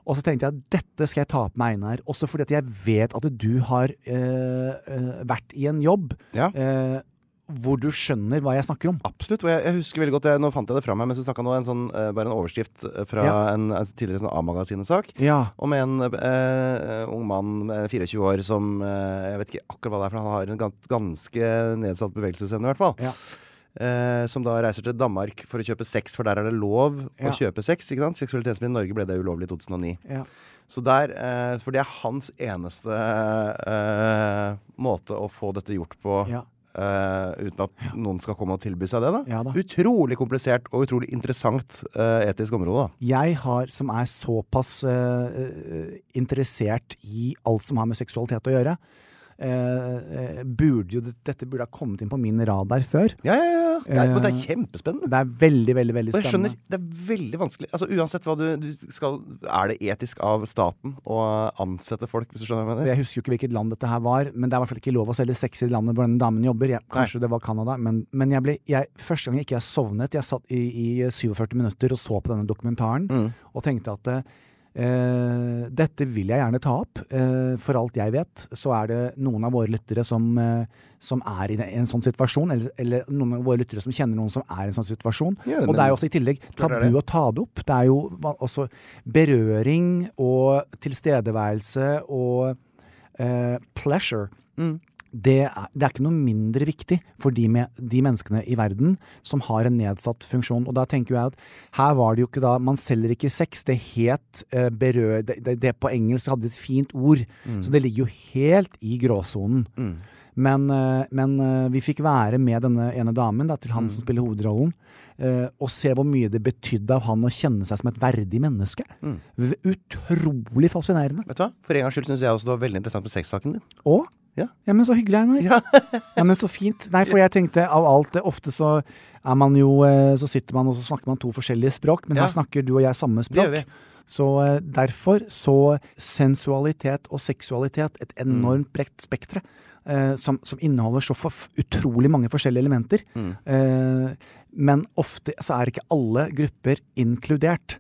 [SPEAKER 4] Og så tenkte jeg at dette skal jeg ta opp med Einar. Også fordi at jeg vet at du har eh, eh, vært i en jobb
[SPEAKER 2] Ja.
[SPEAKER 4] eh, hvor du skjønner hva jeg snakker om.
[SPEAKER 2] Absolutt. Og jeg, jeg husker veldig godt jeg, Nå fant jeg det fra meg mens du snakka nå, en sånn, eh, bare en overskrift eh, fra
[SPEAKER 4] Ja.
[SPEAKER 2] en, en tidligere sånn A-magasinet-sak.
[SPEAKER 4] Ja.
[SPEAKER 2] Om en eh, ung mann, eh, 24 år, som eh, Jeg vet ikke akkurat hva det er, for han har en gan- ganske nedsatt bevegelsesevne, i hvert fall.
[SPEAKER 4] Ja.
[SPEAKER 2] Eh, som da reiser til Danmark for å kjøpe sex, for der er det lov
[SPEAKER 4] Ja.
[SPEAKER 2] å kjøpe sex. ikke sant? Seksualitetsmin i Norge ble det ulovlig i 2009.
[SPEAKER 4] ja.
[SPEAKER 2] Så der, eh, For det er hans eneste eh, måte å få dette gjort på.
[SPEAKER 4] Ja.
[SPEAKER 2] eh, uten at noen skal komme og tilby seg det. da.
[SPEAKER 4] Ja da.
[SPEAKER 2] Utrolig komplisert og utrolig interessant eh, etisk område. da.
[SPEAKER 4] jeg har, som er såpass eh, eh, interessert i alt som har med seksualitet å gjøre, eh, eh, burde jo det- dette burde ha kommet inn på min radar før.
[SPEAKER 2] Ja, ja, ja. Det er, men det er kjempespennende.
[SPEAKER 4] Det er veldig, veldig Eh, veldig
[SPEAKER 2] Og jeg skjønner,
[SPEAKER 4] spennende.
[SPEAKER 2] det er veldig vanskelig. Altså Uansett hva du, du skal Er det etisk av staten å ansette folk, hvis du skjønner hva jeg
[SPEAKER 4] For
[SPEAKER 2] mener?
[SPEAKER 4] Jeg husker jo ikke hvilket land dette her var, men det er i hvert fall ikke lov å selge sex i det landet hvor denne damen jobber. Jeg, kanskje det var Canada, men, men jeg ble, jeg, første gang ikke jeg sovnet Jeg satt i, i 47 minutter og så på denne dokumentaren
[SPEAKER 2] Mm.
[SPEAKER 4] og tenkte at eh, dette vil jeg gjerne ta opp. Eh, for alt jeg vet, så er det noen av våre lyttere som, eh, som er i en- en sånn situasjon, eller, eller noen av våre lyttere som kjenner noen som er i en sånn situasjon.
[SPEAKER 2] Ja,
[SPEAKER 4] og det
[SPEAKER 2] men-
[SPEAKER 4] er jo også i tillegg
[SPEAKER 2] Klart det er
[SPEAKER 4] tabu
[SPEAKER 2] det.
[SPEAKER 4] å ta det opp. Det er jo va- også berøring og tilstedeværelse og eh, pleasure. Det, er, det er ikke noe mindre viktig for de, med, de menneskene i verden som har en nedsatt funksjon. Og da tenker jeg at her var det jo ikke da Man selger ikke sex. Det het eh, berør det, det, det på engelsk hadde et fint ord. Så det ligger jo helt i gråsonen. Men, eh, men eh, vi fikk være med denne ene damen da, til han som spiller hovedrollen, eh, og se hvor mye det betydde av han å kjenne seg som et verdig menneske. V- Utrolig fascinerende.
[SPEAKER 2] Vet du hva? For en gangs skyld syns jeg også det var veldig interessant med sexsaken din.
[SPEAKER 4] Og
[SPEAKER 2] Ja.
[SPEAKER 4] men så hyggelig, Einar.
[SPEAKER 2] [laughs]
[SPEAKER 4] Ja. men så fint. Nei, for jeg tenkte av alt det Ofte så er man jo eh, Så sitter man og så snakker man to forskjellige språk, men
[SPEAKER 2] Ja.
[SPEAKER 4] her snakker du og jeg samme
[SPEAKER 2] gjør
[SPEAKER 4] språk.
[SPEAKER 2] vi.
[SPEAKER 4] Så eh, derfor så sensualitet og seksualitet, et
[SPEAKER 2] Mm.
[SPEAKER 4] enormt bredt spektre, eh, som, som inneholder så forf utrolig mange forskjellige elementer.
[SPEAKER 2] Mm.
[SPEAKER 4] Eh, men ofte så er ikke alle grupper inkludert.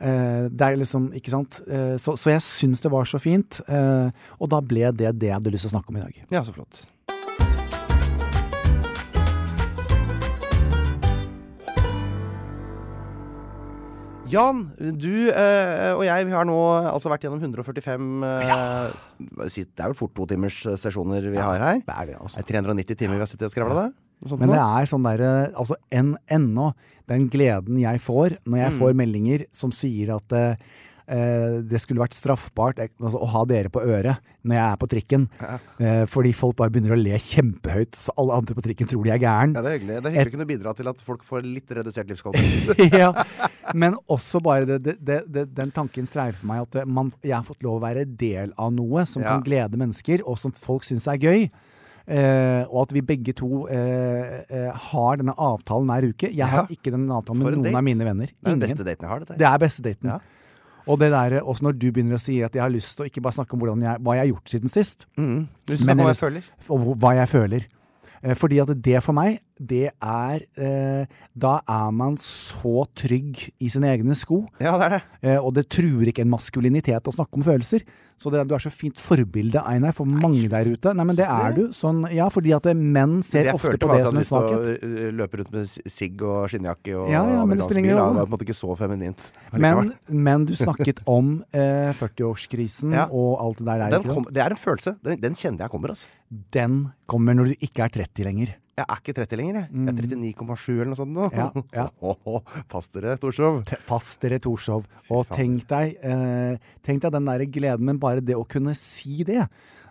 [SPEAKER 4] Eh, det er liksom, ikke sant? Eh, så, så jeg syns det var så fint, eh, og da ble det det jeg hadde lyst til å snakke om i dag.
[SPEAKER 2] Ja, så flott. Jan, du eh, og jeg vi har nå altså vært gjennom 145 eh, hva si- Det er vel fort to timers eh, sesjoner vi har her.
[SPEAKER 4] Det er det, altså.
[SPEAKER 2] Det er 390 timer vi har sittet og skravla der. Noe sånt
[SPEAKER 4] Men det
[SPEAKER 2] nå.
[SPEAKER 4] er sånn derre Altså, en, ennå den gleden jeg får når jeg får meldinger som sier at eh, eh, det skulle vært straffbart eh, altså, å ha dere på øret når jeg er på trikken. Eh, fordi folk bare begynner å le kjempehøyt, så alle andre på trikken tror de er gæren.
[SPEAKER 2] Ja, det er hyggelig. Det er hyggelig å kunne bidra til at folk får litt redusert livskvalitet.
[SPEAKER 4] [laughs] ja. Men også bare det, det, det, det, den tanken streifer meg at man, jeg har fått lov å være del av noe som
[SPEAKER 2] Ja.
[SPEAKER 4] kan glede mennesker, og som folk syns er gøy. eh, og at vi begge to eh, eh, har denne avtalen hver uke. Jeg har ikke den avtalen
[SPEAKER 2] For
[SPEAKER 4] med
[SPEAKER 2] en
[SPEAKER 4] noen
[SPEAKER 2] date.
[SPEAKER 4] av mine venner.
[SPEAKER 2] Det er den
[SPEAKER 4] Ingen.
[SPEAKER 2] beste daten jeg har, dette.
[SPEAKER 4] Det er beste daten.
[SPEAKER 2] Ja.
[SPEAKER 4] Og det der, eh, også når du begynner å si at jeg har lyst til å ikke bare snakke om hvordan jeg, hva jeg har gjort siden sist,
[SPEAKER 2] Mm. Lyst
[SPEAKER 4] Men
[SPEAKER 2] til å snakke om hva
[SPEAKER 4] ellers-
[SPEAKER 2] jeg føler.
[SPEAKER 4] og hvor- hva jeg føler. Eh, Fordi at det for meg, det er eh, Da er man så trygg i sine egne sko,
[SPEAKER 2] Ja, det er det.
[SPEAKER 4] eh, og det truer ikke en maskulinitet å snakke om følelser. Så det, du er så fint forbilde, Einar, for mange der ute. Nei, men det er du. Sånn, ja, fordi at eh, menn ser
[SPEAKER 2] jeg
[SPEAKER 4] ofte
[SPEAKER 2] følte
[SPEAKER 4] på
[SPEAKER 2] bare
[SPEAKER 4] det
[SPEAKER 2] at
[SPEAKER 4] som en
[SPEAKER 2] jeg hadde lyst
[SPEAKER 4] svakhet.
[SPEAKER 2] til å, øh, Løpe rundt med s- sigg og skinnjakke og
[SPEAKER 4] Ja, ja, men det
[SPEAKER 2] amerikansk
[SPEAKER 4] spiller
[SPEAKER 2] bil.
[SPEAKER 4] ingen
[SPEAKER 2] da. Det
[SPEAKER 4] rolle.
[SPEAKER 2] var på en måte ikke så feminint. [laughs]
[SPEAKER 4] Men,
[SPEAKER 2] allikevel.
[SPEAKER 4] men du snakket om eh, 40-årskrisen
[SPEAKER 2] Ja.
[SPEAKER 4] og alt det der.
[SPEAKER 2] den
[SPEAKER 4] er ikke sant?
[SPEAKER 2] kom, det er en følelse. Den, den kjenner jeg kommer, altså.
[SPEAKER 4] Den kommer når du ikke er 30 lenger.
[SPEAKER 2] Jeg er ikke 30 lenger, jeg. Jeg er 39,7 eller noe sånt nå.
[SPEAKER 4] Mm. Ja,
[SPEAKER 2] [laughs]
[SPEAKER 4] ja.
[SPEAKER 2] Pass dere, Torshov.
[SPEAKER 4] T- Pass dere, Torshov. Og tenk deg, eh, tenk deg den der gleden, men bare det å kunne si det.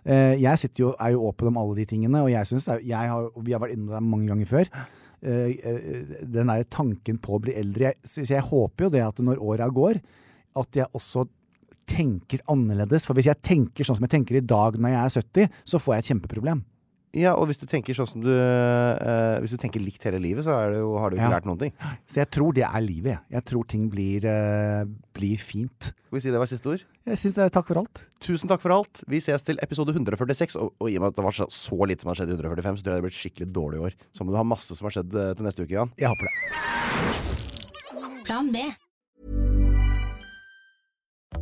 [SPEAKER 4] Eh, jeg sitter jo, er jo åpen om alle de tingene, og jeg synes, det er- jeg har, og vi har vært inne der mange ganger før. Eh, eh, den der tanken på å bli eldre. Jeg, så jeg håper jo det at når åra går, at jeg også tenker annerledes. For hvis jeg tenker sånn som jeg tenker i dag når jeg er 70, så får jeg et kjempeproblem.
[SPEAKER 2] Ja, og hvis du tenker sånn som du eh, Hvis du tenker likt hele livet, så er det jo, har du ikke
[SPEAKER 4] Ja.
[SPEAKER 2] lært noen ting.
[SPEAKER 4] Så jeg tror det er livet, jeg. Jeg tror ting blir, eh, blir fint.
[SPEAKER 2] Skal vi si det var siste ord?
[SPEAKER 4] Jeg synes det er takk for alt.
[SPEAKER 2] Tusen takk for alt. Vi ses til episode 146. Og, og i og med at det var så- så lite som har skjedd i 145, så tror jeg det blir et skikkelig dårlig år. Så må du ha masse som har skjedd eh, til neste uke, Jan.
[SPEAKER 4] Jeg håper det.
[SPEAKER 1] Plan B.